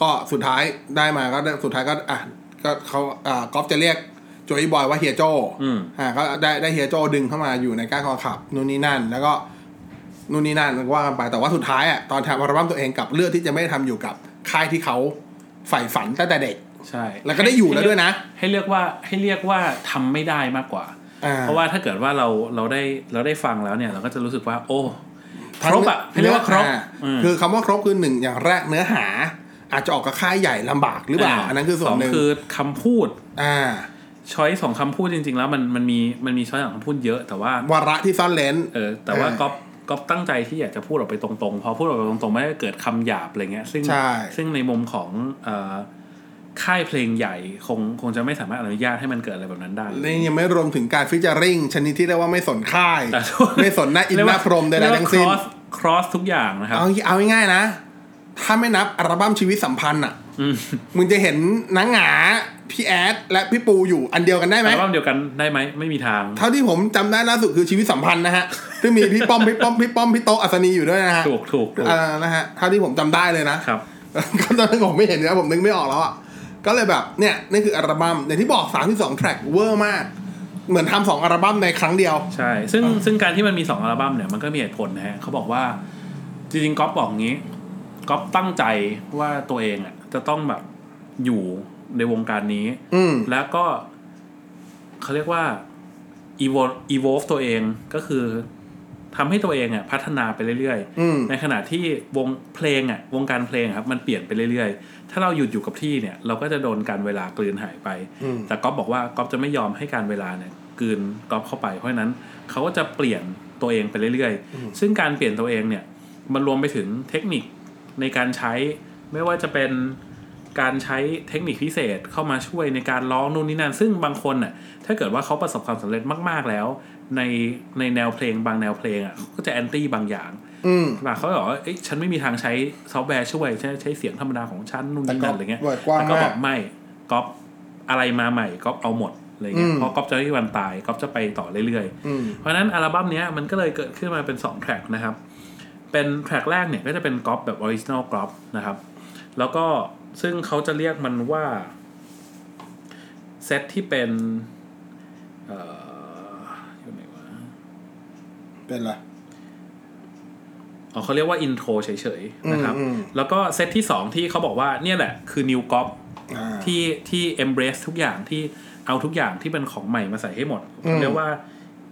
[SPEAKER 1] ก็สุดท้ายได้มาก็ได้สุดท้ายก็อ่ะก็เขาอ่าก๊อฟจะเรียกโจอี้บอยว่าเฮียโจ
[SPEAKER 2] อืม
[SPEAKER 1] อ่าก็ได้ได้เฮียโจดึงเข้ามาอยู่ในก้านคอขับนู่นนี่นั่น แล้วก็นู่นนี่นั่นก็ว่ากันไปแต่ว่าสุดท้ายอ่ะตอนทำอัลบั้มตัวเองกลับเลือกที่จะไม่ทำอยู่กับค่ายที่เขาใฝ่ฝันตั้งแต่เด็ก
[SPEAKER 2] ใช่
[SPEAKER 1] แล้วก็ได้อยู่แล้วด้วยนะ
[SPEAKER 2] ให้เรียกว่าให้เรียกว่าทำไม่ได้มากกว่า
[SPEAKER 1] อ่
[SPEAKER 2] เพราะว่าถ้าเกิดว่าเราเราได้เราได้ฟังแล้วเนี่ย เราก็จะรู้สึกว่า โอ้ค
[SPEAKER 1] ทั้ง
[SPEAKER 2] รบอ่ะให้เรียกว่าครบ
[SPEAKER 1] เนื้อ
[SPEAKER 2] อืม
[SPEAKER 1] คือคำว่าครบคือหนึ่งอย่างแรกเนื้อหา อาจจะออกกับค่ายใหญ่ลำบากหรือเปล่า อันนั้นคือส่วนหนึ่ง
[SPEAKER 2] สคือคำพูด
[SPEAKER 1] อ่า
[SPEAKER 2] ช้อยของคำพูดจริง ๆ แล้วมันมันมีมันมีช้อยของคำพูดเยอะแต่ว่า
[SPEAKER 1] วาระที่ซ่อนเลน
[SPEAKER 2] เออแต่ว่า
[SPEAKER 1] อ่า
[SPEAKER 2] ก๊อฟก๊อฟตั้งใจที่อยากจะพูดออกไปตรงๆ พอพูดออกไปตรงๆไม่ได้เกิดคำหยาบอะไรเงี้ย ซึ่ง
[SPEAKER 1] ใช่
[SPEAKER 2] ซึ่งในมุมของเอ่อค่ายเพลงใหญ่คงคงจะไม่สามารถอนุญาตให้มันเกิดอะไรแบบนั้นได้
[SPEAKER 1] นี่ยังไม่รวมถึงการฟิชเจอริงชนิดที่เรียกว่าไม่สนค่าย
[SPEAKER 2] แต่
[SPEAKER 1] ไม่สนหน้าอินหน้าพรหมใด
[SPEAKER 2] เรีย
[SPEAKER 1] ๆ
[SPEAKER 2] กว่า
[SPEAKER 1] ทั้งสิ้น
[SPEAKER 2] cross cross ทุกอย่างนะครับ
[SPEAKER 1] เอาเอาง่ายๆนะ ถ้าไม่นับอัลบั้มชีวิตสัมพันธ์อ่ะ
[SPEAKER 2] อืม
[SPEAKER 1] มึงจะเห็นนังหงาพี่แอดและพี่ปูอยู่อันเดียวกันได้ไหม
[SPEAKER 2] อัลบั้มเดียวกันได้ไหมไม่มีทาง
[SPEAKER 1] เท่าที่ผมจำได้ล่าสุดคือชีวิตสัมพันธ์นะฮะ ซึ่งมีพี่ป้อมพี่ป้อมพี่ป้อมพี่โตะอัศนีอยู่ด้วยนะฮะ
[SPEAKER 2] ถูกถูกถูก
[SPEAKER 1] อ่านะฮะเท่าที่ผมจำได้เลยนะครับ ก็ตอนนั้นผมไม่เห็นนะผมนึกไม่ออกแล้วอ่ะก็เลยแบบเนี่ยนี่คืออัลบั้มอย่างที่บอก32แทร็กเวอร์มาก เหมือนทำสองอัลบั้มในครั้งเดียว
[SPEAKER 2] ใช่ ซึ่งซึ่งการที่มันมีสองอัลบั้มเนี่ยมันก็มีเหตุผลนะฮะเขาบอกว่า จริงๆก๊อฟบอกงี้ก๊อฟตั้งใจว่าตัวเองอ่ะจะต้องแบบอยู่ในวงการนี้
[SPEAKER 1] อืม
[SPEAKER 2] แล้วก็เขาเรียกว่า evolve evolve ตัวเองก็คือทำให้ตัวเองอ่ะพัฒนาไปเรื่อยๆ
[SPEAKER 1] อืม
[SPEAKER 2] ในขณะที่วงเพลงอ่ะวงการเพลงอะครับมันเปลี่ยนไปเรื่อยๆ ถ้าเราหยุดอยู่กับที่เนี่ยเราก็จะโดนการเวลากลืนหายไป
[SPEAKER 1] อืม
[SPEAKER 2] แต่ก๊อฟบอกว่าก๊อฟจะไม่ยอมให้การเวลาเนี่ยกลืนก๊อฟเข้าไป เพราะฉะนั้นเขาก็จะเปลี่ยนตัวเองไปเรื่อยๆ ซึ่งการเปลี่ยนตัวเองเนี่ยมันรวมไปถึงเทคนิคในการใช้ไม่ว่าจะเป็นการใช้เทคนิคพิเศษเข้ามาช่วยในการร้องนู่นนี่นั่นซึ่งบางคนน่ะถ้าเกิดว่าเขาประสบความสำเร็จมาก ๆแล้ว ในในแนวเพลงบางแนวเพลงอ่ะเขาก็จะแอนตี้บางอย่าง
[SPEAKER 1] อืม
[SPEAKER 2] หลายเขาบอกว่าเอ้ยฉันไม่มีทางใช้ซอฟต์แวร์ช่วยใช้ใช้เสียงธรรมดาของฉันนู่น
[SPEAKER 1] แต่
[SPEAKER 2] นี่
[SPEAKER 1] ก็
[SPEAKER 2] นั่นอะไรเงี้ย
[SPEAKER 1] เปิดกว้าง
[SPEAKER 2] แต่ก็บ
[SPEAKER 1] มา
[SPEAKER 2] อก กไม่ก๊อปอะไรมาใหม่ก๊อปเอาหมดอะไรเงี้ย
[SPEAKER 1] อืม
[SPEAKER 2] เพราะก๊อปจะไม่มีวันตายก๊อปจะไปต่อเรื่อย
[SPEAKER 1] อืม
[SPEAKER 2] ๆ เพราะฉะนั้นอัลบั้มเนี้ยมันก็เลยเกิดขึ้นมาเป็น2แทร็กนะครับ เป็นแทร็กแรกเนี่ยก็จะเป็นก๊อปแบบออริจินอลก๊อปนะครับ แล้วก็ซึ่งเขาจะเรียกมันว่า เซตที่เป็นเอ่ออยู่ไหนวะ
[SPEAKER 1] เป็นไร
[SPEAKER 2] อ๋อเขาเรียกว่าอินโทรเฉยๆนะครับ
[SPEAKER 1] อืมอืม
[SPEAKER 2] แล้วก็เซตที่ 2 ที่เขาบอกว่าเนี่ยแหละคือนิวก o อป
[SPEAKER 1] อ่า
[SPEAKER 2] ที่ที่ embrace ทุกอย่างที่เอาทุกอย่างที่เป็นของใหม่มาใส่ให้หมด
[SPEAKER 1] อืม
[SPEAKER 2] เขาเรียกว่า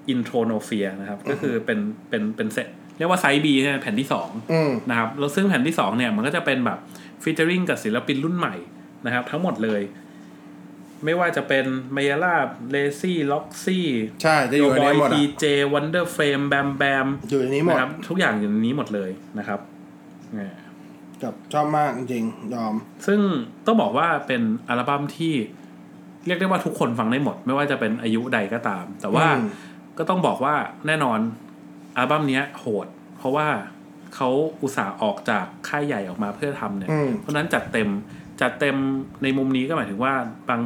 [SPEAKER 2] อินโทรโนเฟียนะครับ ก็คือเป็นเป็นเป็นเซตเรียกว่าไซบีใช่ไหมแผ่นที่
[SPEAKER 1] อืม
[SPEAKER 2] 2 นะครับ แล้วซึ่งแผ่นที่ 2 เนี่ย มันก็จะเป็นแบบฟีเจอริงกับศิลปินรุ่นใหม่นะครับ ทั้งหมดเลย ไม่ว่าจะเป็นเมยาลาเลซี่ล็อกซี่
[SPEAKER 1] ใช่จะอยู่ใน
[SPEAKER 2] บอย
[SPEAKER 1] นี้หมดอะ
[SPEAKER 2] ทีเจวันเดอร์เฟรมแบมแบม
[SPEAKER 1] อยู่ในนี้หมด
[SPEAKER 2] นะครับทุกอย่างอยู่ในนี้หมดเลยนะครับอ่า
[SPEAKER 1] กับชอบมากจริงๆยอม
[SPEAKER 2] ซึ่งต้องบอกว่าเป็นอัลบั้มที่เรียกได้ว่าทุกคนฟังได้หมด ไม่ว่าจะเป็นอายุใดก็ตาม แต่ว่า
[SPEAKER 1] อืม
[SPEAKER 2] ก็ต้องบอกว่าแน่นอนอัลบั้มเนี้ยโหด เพราะว่าเขาอุตส่าห์ออกจากค่ายใหญ่ออกมาเพื่อทำเนี่ย
[SPEAKER 1] อืม
[SPEAKER 2] เพราะฉะนั้นจัดเต็มจัดเต็มในมุมนี้ก็หมายถึงว่าบาง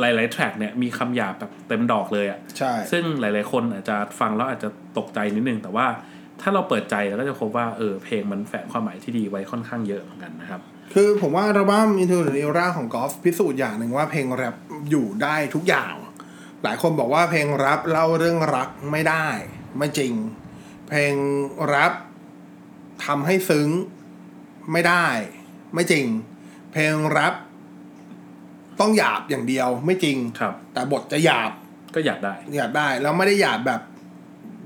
[SPEAKER 2] หลายๆแทร็กเนี่ยมีคำหยาบแบบเต็มดอกเลยอะ
[SPEAKER 1] ใช่
[SPEAKER 2] ซึ่งหลาย ๆ คนอาจจะฟังแล้วอาจจะตกใจนิดนึง แต่ว่าถ้าเราเปิดใจเราก็จะพบว่าเออเพลงมันแฝงความหมายที่ดีไว้ค่อนข้างเยอะเหมือนกันนะครับ
[SPEAKER 1] คือผมว่าอัลบั้ม Into the Era ของกอล์ฟพิสูจน์อย่างหนึ่งว่าเพลงแรปอยู่ได้ทุกอย่าง หลายคนบอกว่าเพลงแรปเล่าเรื่องรักไม่ได้ ไม่จริง เพลงแรปทำให้ซึ้งไม่ได้ ไม่จริง เพลงแรปต้องหยาบอย่างเดียวไม่จริง
[SPEAKER 2] ครับ
[SPEAKER 1] แต่บทจะหยาบ
[SPEAKER 2] ก็อยากได้
[SPEAKER 1] หยาบได้ แล้วไม่ได้หยาบแบบ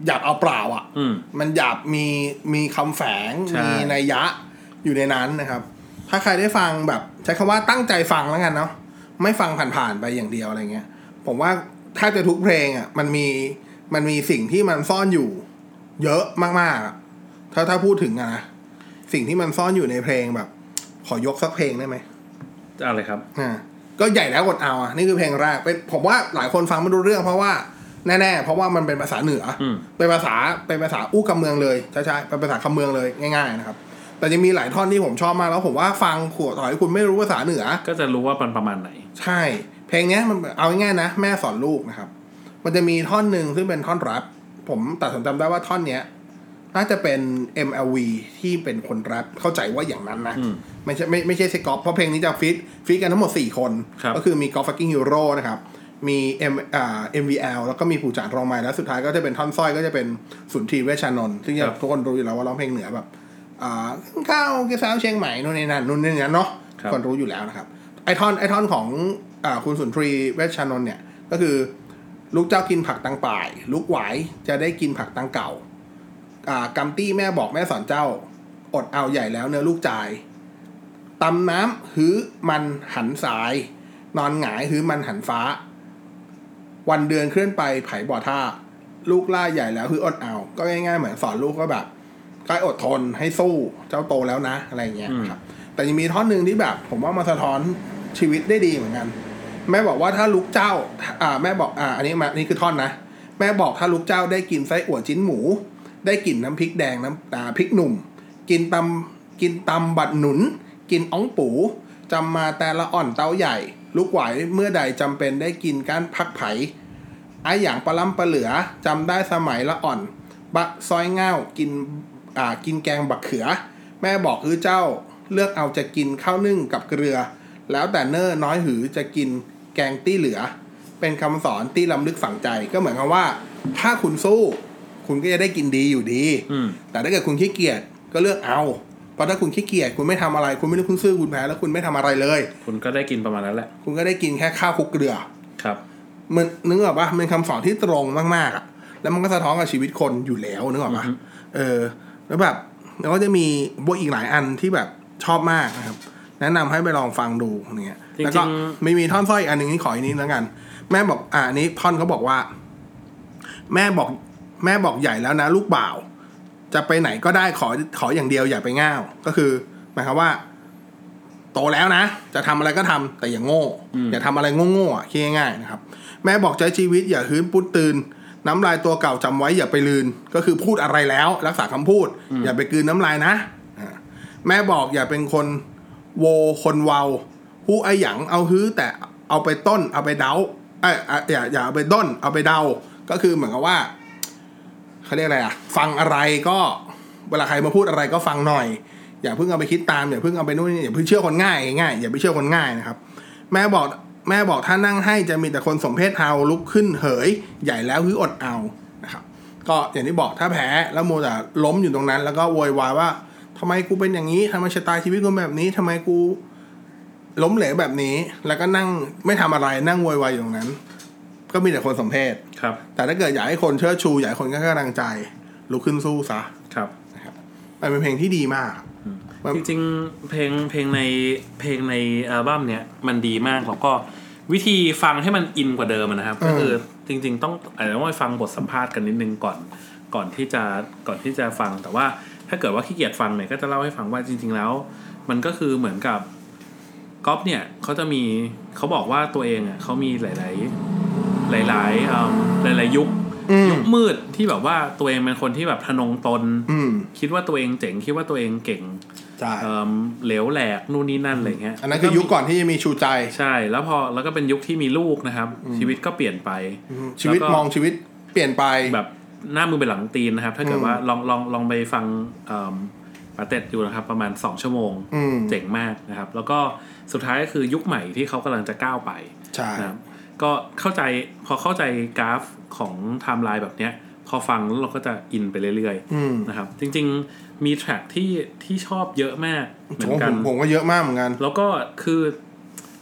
[SPEAKER 1] หยาบเอาเปล่าอ่ะ
[SPEAKER 2] อืม
[SPEAKER 1] มันหยาบมีมีคำแฝง
[SPEAKER 2] ใช่
[SPEAKER 1] มีนัยยะอยู่ในนั้นนะครับ ถ้าใครได้ฟังแบบ ใช้คำว่าตั้งใจฟังแล้วกันเนาะไม่ฟังผ่านๆไปอย่างเดียวอะไรเงี้ย ผมว่าถ้าจะทุกเพลงอ่ะมันมีมันมีสิ่งที่มันซ่อนอยู่ เยอะมากๆอะถ้าถ้าพูดถึงอะนะสิ่งที่มันซ่อนอยู่ในเพลงแบบ ขอยกสักเพลงได้ไหม
[SPEAKER 2] อะไรครับ
[SPEAKER 1] อ่าก็ใหญ่แล้วกดเอาอ่ะนี่คือเพลงแรกเป็นผมว่าหลายคนฟังไม่รู้เรื่องเพราะว่าแน่ๆเพราะว่ามันเป็นภาษาเหนือ
[SPEAKER 2] อืม
[SPEAKER 1] เป็นภาษาเป็นภาษาอู้กำเมืองเลยใช่ใช่ๆเป็นภาษาคำเมืองเลยง่ายๆนะครับ แต่จะมีหลายท่อนที่ผมชอบมากแล้วผมว่าฟังขวดต่อให้คุณไม่รู้ภาษาเหนือ
[SPEAKER 2] ก็จะรู้ว่ามันประมาณไหน
[SPEAKER 1] ใช่ เพลงเนี้ยมันเอาง่ายๆนะ แม่สอนลูกนะครับ มันจะมีท่อนหนึ่งซึ่งเป็นท่อนแรปผมแต่ผมจำได้ว่าท่อนเนี้ย น่าจะเป็น MLV ที่เป็นคนแรปเข้าใจว่าอย่างนั้นนะ
[SPEAKER 2] อืม
[SPEAKER 1] ไม่ใช่ไม่ไม่ใช่เซกอฟเพราะเพลงนี้จะฟิตฟิตกันทั้งหมด 4 คน
[SPEAKER 2] ครับ
[SPEAKER 1] ก็คือมีกอล์ฟฟักกิ้งยูโรนะครับ มีเอ็มอ่า MVL แล้วก็มีผู้จานรองไม้แล้วสุดท้ายก็จะเป็นท่อนสร้อยก็จะเป็นสุนทรีเวชชานนท์ซึ่งจะทุกคนรู้อยู่แล้วว่าร้องเพลงเหนือแบบ อ่าข้าวเกษาวเชียงใหม่นู่นนี่นั่นนู่นนี่นั่นเนาะ
[SPEAKER 2] ครับ
[SPEAKER 1] คนรู้อยู่แล้วนะครับ ไอทอนไอทอนของอาคุณสุนทรีเวชชานนท์เนี่ย ก็คือ ลูกเจ้ากินผักตังป่าย ลูกไหวายจะได้กินผักตังเก่า อ่ากำตี้แม่บอกแม่สอนเจ้า อดเอาใหญ่แล้วเนื้อลูกจ่ายตำน้ำหื้อมันหันสาย นอนหงายหื้อมันหันฟ้า วันเดือนเคลื่อนไปไผบ่อท่า ลูกล่าใหญ่แล้วหื้ออดเอา ก็ง่ายๆเหมือนสอนลูกก็แบบก็อดทนให้สู้เจ้าโตแล้วนะอะไรอย่างเงี้ยครับ แต่ยังมีท่อนหนึ่งที่แบบ ผมว่ามาสะท้อนชีวิตได้ดีเหมือนกัน แม่บอกว่าถ้าลูกเจ้า อ่า แม่บอก อ่า อันนี้มา นี่คือท่อนนะ แม่บอกถ้าลูกเจ้าได้กินไส้อั่วจิ้นหมู ได้กินน้ำพริกแดงน้ำอ่าพริกหนุ่ม กินตำกินตำบัดหนุน กินอ้องปู จำมาแต่ละอ่อนเต้าใหญ่ ลูกไหวเมื่อใดจำเป็นได้กินการพักไผไอ้อย่างปลาล่ำปลาเหลือจำได้สมัยละอ่อน บะซอยเง่ากินอ่ากินแกงบักเขือ แม่บอกคือเจ้าเลือกเอาจะกินข้าวนึ่งกับเกลือ แล้วแต่เนิ่นน้อยหือจะกินแกงตี้เหลือ เป็นคำสอนที่ล้ำลึกฝังใจก็เหมือนกับว่า ถ้าคุณสู้ คุณก็จะได้กินดีอยู่ดี
[SPEAKER 2] อืม
[SPEAKER 1] แต่ถ้าเกิดคุณขี้เกียจก็เลือกเอา เพราะถ้าคุณขี้เกียจคุณไม่ทำอะไร คุณไม่รู้คุณซื่อคุณแพ้แล้วคุณไม่ทำอะไรเลย
[SPEAKER 2] คุณก็ได้กินประมาณนั้นแหละ
[SPEAKER 1] คุณก็ได้กินแค่ข้าวคลุกเกลือ
[SPEAKER 2] ครับ
[SPEAKER 1] มันนึกออกปะมันคำสอนที่ตรงมากๆอะแล้วมันก็สะท้อนกับชีวิตคนอยู่แล้วนึกออกปะเออ แล้วแบบแล้วก็จะมีบทอีกหลายอันที่แบบชอบมากนะครับ แนะนำให้ไปลองฟังดูเนี่ย
[SPEAKER 2] จริงๆ
[SPEAKER 1] แล้วก็ไม่มีท่อนสร้อยอีกอันหนึ่งที่ขออีกนิดแล้วกัน แม่บอกอ่าอันนี้ท่อนเขาบอกว่า แม่บอก แม่บอกใหญ่แล้วนะ ลูกบ่าว จะไปไหนก็ได้ขอขออย่างเดียวอย่าไปง่าว ก็คือหมายความว่า โตแล้วนะ จะทำอะไรก็ทำแต่อย่างโง่ อย่าทำอะไรโง่ๆอ่ะคิดง่ายๆนะครับ แม่บอกใช้ชีวิตอย่าฮื้นปุ้นตื่น น้ำลายตัวเก่าจำไว้อย่าไปลืน ก็คือพูดอะไรแล้ว รักษาคำพูด อย่าไปกลืนน้ำลายนะอ่าแม่บอกอย่าเป็นคนโวคนเวาผู้ไอหยังเอาฮื้อแต่เอาไปต้น เอาไปเดาเอยอ่ะอย่าอย่าเอาไปต้น เอาไปเดา ก็คือเหมือนกับว่า เขาเรียกอะไรอะฟังอะไรก็เวลาใครมาพูดอะไรก็ฟังหน่อย อย่าเพิ่งเอาไปคิดตามอย่าเพิ่งเอาไปนู่นนี่อย่าเพิ่งเชื่อคนง่ายง่ายอย่าไปเชื่อคนง่ายนะครับ แม่บอกแม่บอกถ้านั่งให้จะมีแต่คนสมเพศเฮาลุกขึ้นเหย ใหญ่แล้วคืออดเอานะครับ ก็อย่างที่บอกถ้าแพ้แล้วโมวแต่ล้มอยู่ตรงนั้น แล้วก็โวยวายว่าทำไมกูเป็นอย่างนี้ทำไมชะตาชีวิตกูแบบนี้ทำไมกู ล้มเหลวแบบนี้ แล้วก็นั่งไม่ทำอะไรนั่งโวยวายอยู่ตรงนั้น ก็มีแต่คนสมเพศ
[SPEAKER 2] ครับ
[SPEAKER 1] แต่ถ้าเกิดอยากให้คนเชิดชูอยากให้คนให้กำลังใจ ลุกขึ้นสู้ซะ
[SPEAKER 2] ครับ
[SPEAKER 1] นะครับมันเป็นเพลงที่ดีมาก มัน
[SPEAKER 2] จริงๆ เพลงเพลงในเพลงในอัลบั้มเนี้ยมันดีมากแล้วก็วิธีฟังให้มันอินกว่าเดิมอะนะครับ
[SPEAKER 1] เออ
[SPEAKER 2] ก็คือจริง ๆ ต้องอาจจะต้องไปฟังบทสัมภาษณ์กันนิดนึงก่อนก่อนที่จะก่อนที่จะฟัง แต่ว่าถ้าเกิดว่าขี้เกียจฟังเนี่ยก็จะเล่าให้ฟังว่าจริง ๆ แล้ว มันก็คือเหมือนกับก๊อฟเนี่ยเขาจะมีเขาบอกว่าตัวเองอ่ะเขามีหลาย ๆ หลายๆเอิ่มหลาย ๆ ยุค
[SPEAKER 1] อืม
[SPEAKER 2] ยุคมืดที่แบบว่าตัวเองเป็นคนที่แบบทะนงตน
[SPEAKER 1] อืม
[SPEAKER 2] คิดว่าตัวเองเจ๋งคิดว่าตัวเองเก่ง
[SPEAKER 1] ใช่
[SPEAKER 2] เอิ่มเหลวแหลกนู่นนี่นั่นอะไรเงี้ย
[SPEAKER 1] อันนั้นคือยุคก่อนที่จะมีชูใจ
[SPEAKER 2] ใช่ แล้วพอแล้วก็เป็นยุคที่มีลูกนะครับ ชีวิตก็เปลี่ยนไป
[SPEAKER 1] ชีวิต
[SPEAKER 2] แล้ก็
[SPEAKER 1] มองชีวิตเปลี่ยนไป
[SPEAKER 2] แบบหน้ามือไปหลังตีนนะครับ ถ้าเกิดว่าลองลองลองไปฟังเอิ่มปาเต็ดอยู่นะครับ ประมาณ 2 ชั่วโมง
[SPEAKER 1] อืม
[SPEAKER 2] เจ๋งมากนะครับ แล้วก็สุดท้ายก็คือยุคใหม่ที่เขากำลังจะก้าวไป
[SPEAKER 1] ใช่
[SPEAKER 2] นะครับก็เข้าใจพอเข้าใจกราฟของไทม์ไลน์แบบเนี้ย พอฟังแล้วเราก็จะอินไปเรื่อย
[SPEAKER 1] อืม
[SPEAKER 2] ๆนะครับจริงๆมีแทร็กที่ที่ชอบเยอะมากเหมื
[SPEAKER 1] ผ
[SPEAKER 2] อ
[SPEAKER 1] ม
[SPEAKER 2] นกั
[SPEAKER 1] ผ
[SPEAKER 2] น
[SPEAKER 1] มผมก็เยอะมากเหมือนกัน
[SPEAKER 2] แล้วก็คือ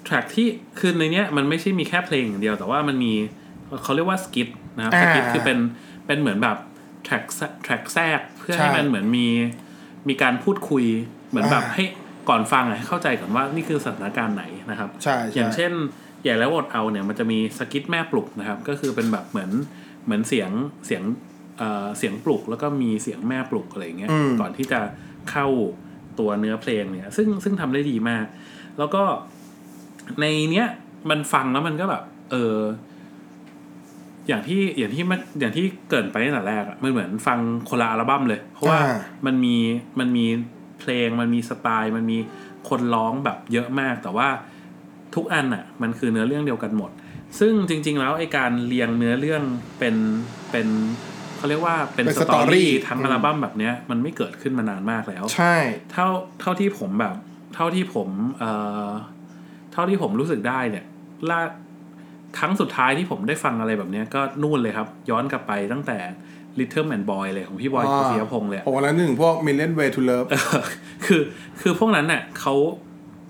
[SPEAKER 2] แทร็กที่คือในเนี้ยมันไม่ใช่มีแค่เพลงอย่างเดียว แต่ว่ามันมีเขาเรียกว่าสกิทนะครับ
[SPEAKER 1] อ่า
[SPEAKER 2] สกิทคือเป็นเป็นเหมือนแบบแทร็กแทร็กแทรกเพื่อ
[SPEAKER 1] ใช่
[SPEAKER 2] ให้มันเหมือนมีมีการพูดคุยเหมือนแบบ
[SPEAKER 1] อ่า
[SPEAKER 2] ให้ก่อนฟังอะให้เข้าใจก่อนว่านี่คือสถานการณ์ไหนนะครับ
[SPEAKER 1] ใช่
[SPEAKER 2] อ
[SPEAKER 1] ใช่
[SPEAKER 2] ย่างเช่นใหญ่แล้วอดเอาเนี่ยมันจะมีสกิทแม่ปลุกนะครับ ก็คือเป็นแบบเหมือนเหมือนเสียงเสียงเอ่อเสียงปลุกแล้วก็มีเสียงแม่ปลุกอะไรอย่างเงี้ยก่อนที่จะเข้าตัวเนื้อเพลงเนี่ย ซึ่งซึ่งทำได้ดีมาก แล้วก็ในเนี้ยมันฟังแล้วมันก็แบบ เออ อย่างที่อย่างที่มันอย่างที่เกรินไปตั้งแต่แรกอะมันเหมือนฟังคนละอัลบั้มเลย เพราะว่า
[SPEAKER 1] อ่า
[SPEAKER 2] มันมีมันมีเพลงมันมีสไตล์ มันมีคนร้องแบบเยอะมาก แต่ว่าทุกอันอะมันคือเนื้อเรื่องเดียวกันหมด ซึ่งจริง ๆ แล้วไอการเรียงเนื้อเรื่องเป็นเป็นเขาเรียกว่าเป็น
[SPEAKER 1] เป็น
[SPEAKER 2] สตอ
[SPEAKER 1] story
[SPEAKER 2] รี่ทั้งอัลบั้มแบบเนี้ยมันไม่เกิดขึ้นมานานมากแล้ว
[SPEAKER 1] ใช่
[SPEAKER 2] เท่าเท่าที่ผมแบบ เท่าที่ผมเอ่อเท่าที่ผมรู้สึกได้เนี่ยล่าครั้งสุดท้ายที่ผมได้ฟังอะไรแบบเนี้ยก็นู่นเลยครับ ย้อนกลับไปตั้งแต่ Little Man Boy เลยของพี่บอยโกศิยพงษ์เลยอะ
[SPEAKER 1] ผมวันนั้นนึงพวก Million Way to Love
[SPEAKER 2] เออคือคือพวกนั้นเน่ะเขา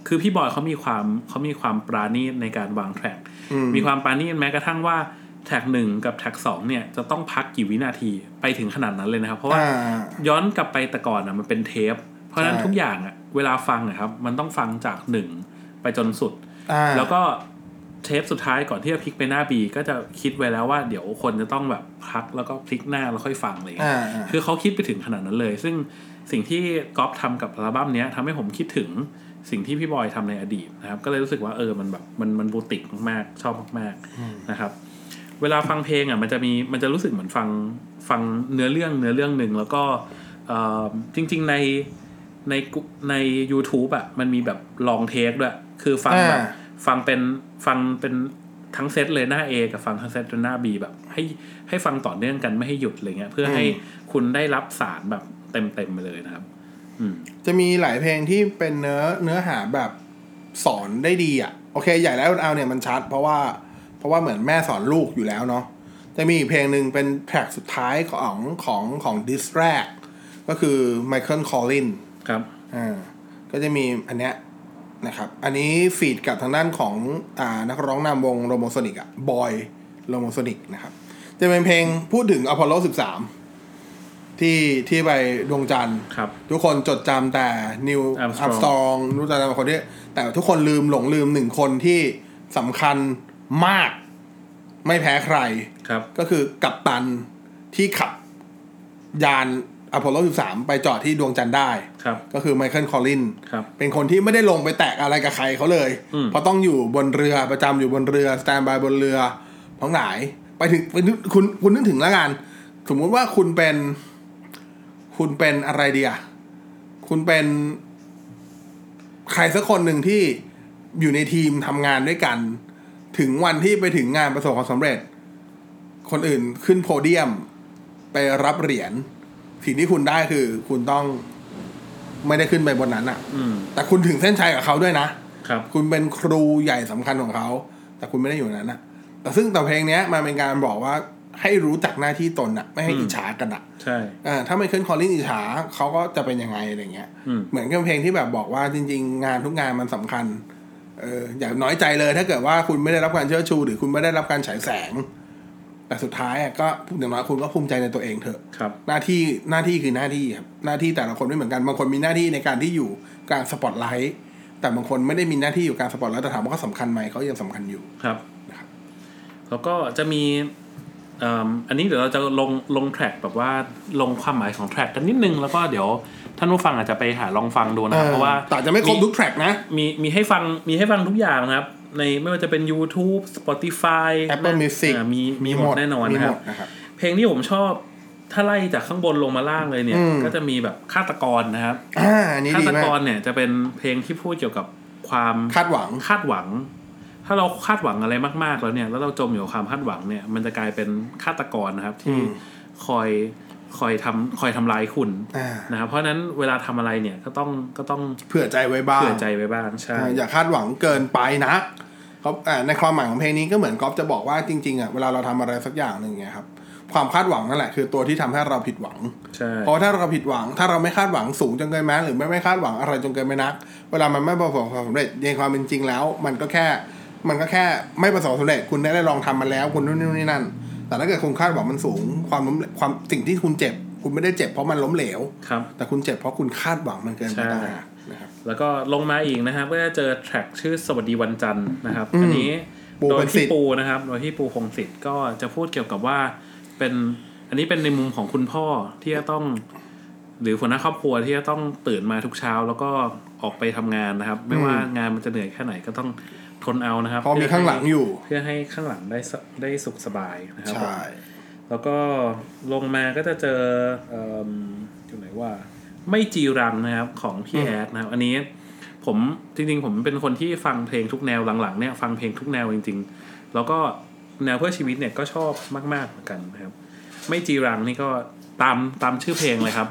[SPEAKER 2] คือพี่บอยเขามีความเขามีความปราณีตในการวางแทร็กมีความปราณีตแม้กระทั่งว่าแทร็กหนึ่งกับแทร็กสองเนี่ยจะต้องพักกี่วินาทีไปถึงขนาดนั้นเลยนะครับ เพราะว่า
[SPEAKER 1] อ่า
[SPEAKER 2] ย้อนกลับไปแต่ก่อนอ่ะมันเป็นเทป เพราะฉะนั้น
[SPEAKER 1] ใช่
[SPEAKER 2] ทุกอย่างอ่ะเวลาฟังนะครับ มันต้องฟังจากหนึ่งไปจนสุด
[SPEAKER 1] อ่า
[SPEAKER 2] แล้วก็เทปสุดท้ายก่อนที่จะพลิกไปหน้าบีก็จะคิดไว้แล้วว่าเดี๋ยวคนจะต้องแบบพักแล้วก็พลิกหน้าแล้วค่อยฟังอะไรอย่างเงี้ย
[SPEAKER 1] อ่าอ่า
[SPEAKER 2] คือเขาคิดไปถึงขนาดนั้นเลย ซึ่งสิ่งที่ก๊อฟทำกับอัลบั้มเนี้ยทำให้ผมคิดถึงสิ่งที่พี่บอยทำในอดีตนะครับ ก็เลยรู้สึกว่าเออมันแบบมันมันบูติกมากๆ ชอบมากๆนะครับ เวลาฟังเพลงอ่ะมันจะมีมันจะรู้สึกเหมือนฟังฟังเนื้อเรื่องเนื้อเรื่องหนึ่งแล้วก็เอ่อจริง ๆ ใน ในกุใน YouTube อ่ะ มันมีแบบลองเทคด้วย คือฟังแบบ
[SPEAKER 1] อ่า
[SPEAKER 2] ฟังเป็นฟังเป็นทั้งเซตเลยหน้า A กับฟังทั้งเซตเลยหน้า B แบบ ให้ให้ฟังต่อเนื่องกันไม่ให้หยุดอะไรเงี้ย เพื่อให้คุณได้รับสารแบบเต็มเต็มๆไปเลยนะครับ อืม
[SPEAKER 1] จะมีหลายเพลงที่เป็นเนื้อเนื้อหาแบบสอนได้ดีอ่ะ โอเค ใหญ่แล้วเอาเนี่ยมันชัด เพราะว่าเพราะว่าเหมือนแม่สอนลูกอยู่แล้วเนาะจะมีอีกเพลงหนึ่งเป็นแทร็กสุดท้ายของของของดิสแรก ก็คือไมเคิลคอลลิน
[SPEAKER 2] ครับ
[SPEAKER 1] อ่าก็จะมีอันเนี้ยนะครับ อันนี้ฟีดกับทางด้านของอ่านักร้องนำวงโรโมโซนิกอะบอยโรโมโซนิกนะครับ จะเป็นเพลงพูดถึงอพอลโล 13 ที่ที่ไปดวงจันทร์
[SPEAKER 2] ครับ
[SPEAKER 1] ทุกคนจดจำแต่นิว
[SPEAKER 2] Armstrong
[SPEAKER 1] อัพสตองรู้จักแต่คนที่แต่ทุกคนลืมหลงลืมหนึ่งคนที่สำคัญมาก ไม่แพ้ใคร
[SPEAKER 2] ครับ
[SPEAKER 1] ก็คือกัปตันที่ขับยานอพอลโล 13 ไปจอดที่ดวงจันทร์ได้
[SPEAKER 2] ครับ
[SPEAKER 1] ก็คือไมเคิลคอลลิน
[SPEAKER 2] ครับ
[SPEAKER 1] เป็นคนที่ไม่ได้ลงไปแตกอะไรกับใครเขาเลย
[SPEAKER 2] อืม
[SPEAKER 1] เพราะต้องอยู่บนเรือประจำอยู่บนเรือสแตนบายบนเรือทั้งหลาย ไปถึงไปนึกคุณคุณนึกถึงแล้วกัน สมมุติว่าคุณเป็น คุณเป็นอะไรเดียคุณเป็นใครสักคนหนึ่งที่อยู่ในทีมทำงานด้วยกัน ถึงวันที่ไปถึงงานประสบความสำเร็จ คนอื่นขึ้นโพเดียมไปรับเหรียญสิ่งที่คุณได้คือ คุณต้องไม่ได้ขึ้นไปบนนั้นอ่ะ
[SPEAKER 2] อืม
[SPEAKER 1] แต่คุณถึงเส้นชัยกับเขาด้วยนะ
[SPEAKER 2] ครับ
[SPEAKER 1] คุณเป็นครูใหญ่สำคัญของเขา แต่คุณไม่ได้อยู่ในนั้นนะแต่ซึ่งแต่เพลงเนี้ยมันเป็นการบอกว่าให้รู้จักหน้าที่ตนอะไม่ให้
[SPEAKER 2] อืม
[SPEAKER 1] อิจฉากันอะ
[SPEAKER 2] ใช่
[SPEAKER 1] อ่าถ้าไม่ขึ้นคอลลิ่งอิจฉาเขาก็จะเป็นยังไงอะไรเงี้ย
[SPEAKER 2] อืม
[SPEAKER 1] เหมือนกับเพลงที่แบบบอกว่าจริง ๆ งานทุกงานมันสำคัญ เอออย่าน้อยใจเลยถ้าเกิดว่าคุณไม่ได้รับการเชิดชู หรือคุณไม่ได้รับการฉายแสง แต่สุดท้ายอะก็อย่างน้อยคุณก็ภูมิใจในตัวเองเถอะ
[SPEAKER 2] ครับ
[SPEAKER 1] หน้าที่หน้าที่คือหน้าที่ครับหน้าที่แต่ละคนไม่เหมือนกันบางคนมีหน้าที่ในการที่อยู่กลางสปอตไลท์แต่บางคนไม่ได้มีหน้าที่อยู่กลางสปอตไลท์แต่ถามว่าเขาสำคัญไหมเขายังสำคัญอยู่
[SPEAKER 2] ครับ
[SPEAKER 1] นะครับ
[SPEAKER 2] แล้วก็จะมีเอิ่มอันนี้เดี๋ยวเราจะลงลงแทร็กแบบว่าลงความหมายของแทร็กกันนิดนึง แล้วก็เดี๋ยวท่านผู้ฟังอาจจะไปหาลองฟังดูนะครับ เพราะว่า
[SPEAKER 1] แต่จะไม่ครบทุกแทร็กนะ
[SPEAKER 2] มีมีให้ฟังมีให้ฟังทุกอย่างนะครับ ในไม่ว่าจะเป็น YouTube Spotify
[SPEAKER 1] Apple
[SPEAKER 2] นะ
[SPEAKER 1] Music
[SPEAKER 2] อ่ามีมีหมดแน่นอน
[SPEAKER 1] มี
[SPEAKER 2] นะค
[SPEAKER 1] หม
[SPEAKER 2] รับ
[SPEAKER 1] ดนะครับ
[SPEAKER 2] เพลงที่ผมชอบถ้าไล่จากข้างบนลงมาล่างเลยเนี่ย
[SPEAKER 1] อืม
[SPEAKER 2] ก็จะมีแบบฆาตกรนะครับ
[SPEAKER 1] อ่าอันนี้
[SPEAKER 2] ฆา
[SPEAKER 1] ดี
[SPEAKER 2] ต
[SPEAKER 1] มาก ก
[SPEAKER 2] รเนี่ยจะเป็นเพลงที่พูดเกี่ยวกับความ
[SPEAKER 1] คาดหวัง
[SPEAKER 2] คาดหวัง ถ้าเราคาดหวังอะไรมาก ๆ แล้วเนี่ย แล้วเราจมอยู่กับความคาดหวังเนี่ย มันจะกลายเป็นฆาตกรนะครับ ที่
[SPEAKER 1] อืม
[SPEAKER 2] คอยคอยทำคอยทำร้ายคุณ
[SPEAKER 1] อ่า
[SPEAKER 2] นะครับ เพราะฉะนั้นเวลาทำอะไรเนี่ยก็ต้องก็ต้อง
[SPEAKER 1] เผื่อใจไว้บ้าง
[SPEAKER 2] เผื่อใจไว้บ้างใช่
[SPEAKER 1] อ่าอย่าคาดหวังเกินไปนะเขาอ่าในความหมายของเพลงนี้ก็เหมือนก๊อฟจะบอกว่าจริงๆอ่ะเวลาเราทำอะไรสักอย่างหนึ่งเนี่ยครับความคาดหวังนั่นแหละคือตัวที่ทำให้เราผิดหวัง
[SPEAKER 2] ใช่
[SPEAKER 1] เพราะถ้าเราผิดหวังถ้าเราไม่คาดหวังสูงจนเกินไปหรือไม่ไม่คาดหวังอะไรจนเกินไปนัก เวลามันไม่ประสบความสำเร็จในความเป็นจริงแล้ว มันก็แค่ มันก็แค่ไม่ประสบความสำเร็จคุณได้ได้ลองทำมันแล้ว คุณนู่นนี่นั่น แต่ถ้าเกิดคุณคาดหวังมันสูงความล้มเหลวความสิ่งที่คุณเจ็บ คุณไม่ได้เจ็บเพราะมันล้มเหลว
[SPEAKER 2] ครับ
[SPEAKER 1] แต่คุณเจ็บเพราะคุณคาดหวังมันเกินไป
[SPEAKER 2] ใช่
[SPEAKER 1] ต่างหากนะครับ
[SPEAKER 2] แล้วก็ลงมาอีกนะครับก็จะเจอแทร็กชื่อสวัสดีวันจันทร์นะครับ
[SPEAKER 1] อืม
[SPEAKER 2] อันนี้
[SPEAKER 1] ปู
[SPEAKER 2] โด
[SPEAKER 1] พ
[SPEAKER 2] ย
[SPEAKER 1] งศิษ
[SPEAKER 2] พี่
[SPEAKER 1] ฐ์
[SPEAKER 2] ปูนะครับโดยพี่ปูคงสิทธิ์ก็จะพูดเกี่ยวกับว่าเป็นอันนี้เป็นในมุมของคุณพ่อที่จะต้อง หรือหัวหน้าครอบครัวที่จะต้องตื่นมาทุกเช้า แล้วก็ออกไปทำงานนะครับ ไม่ว่างานมันจะเหนื่อยแค่ไหนก็ต้องทนเอานะครับ
[SPEAKER 1] เพราะมีข้างหลังอยู่
[SPEAKER 2] เพื่อให้ข้างหลังได้สได้สุขสบายนะครับ
[SPEAKER 1] ใช่
[SPEAKER 2] แล้วก็ลงมาก็จะเจอเอิ่มอยู่ไหนว่า ไม่จีรังนะครับของพี่แอดนะครับ อันนี้ผมจริงๆ ผมเป็นคนที่ฟังเพลงทุกแนวหลังๆเนี่ยฟังเพลงทุกแนวจริง ๆ แล้วก็แนวเพื่อชีวิตเนี่ยก็ชอบมากๆเหมือนกันนะครับ ไม่จีรังนี่ก็ตามตามชื่อเพลงเลยครับ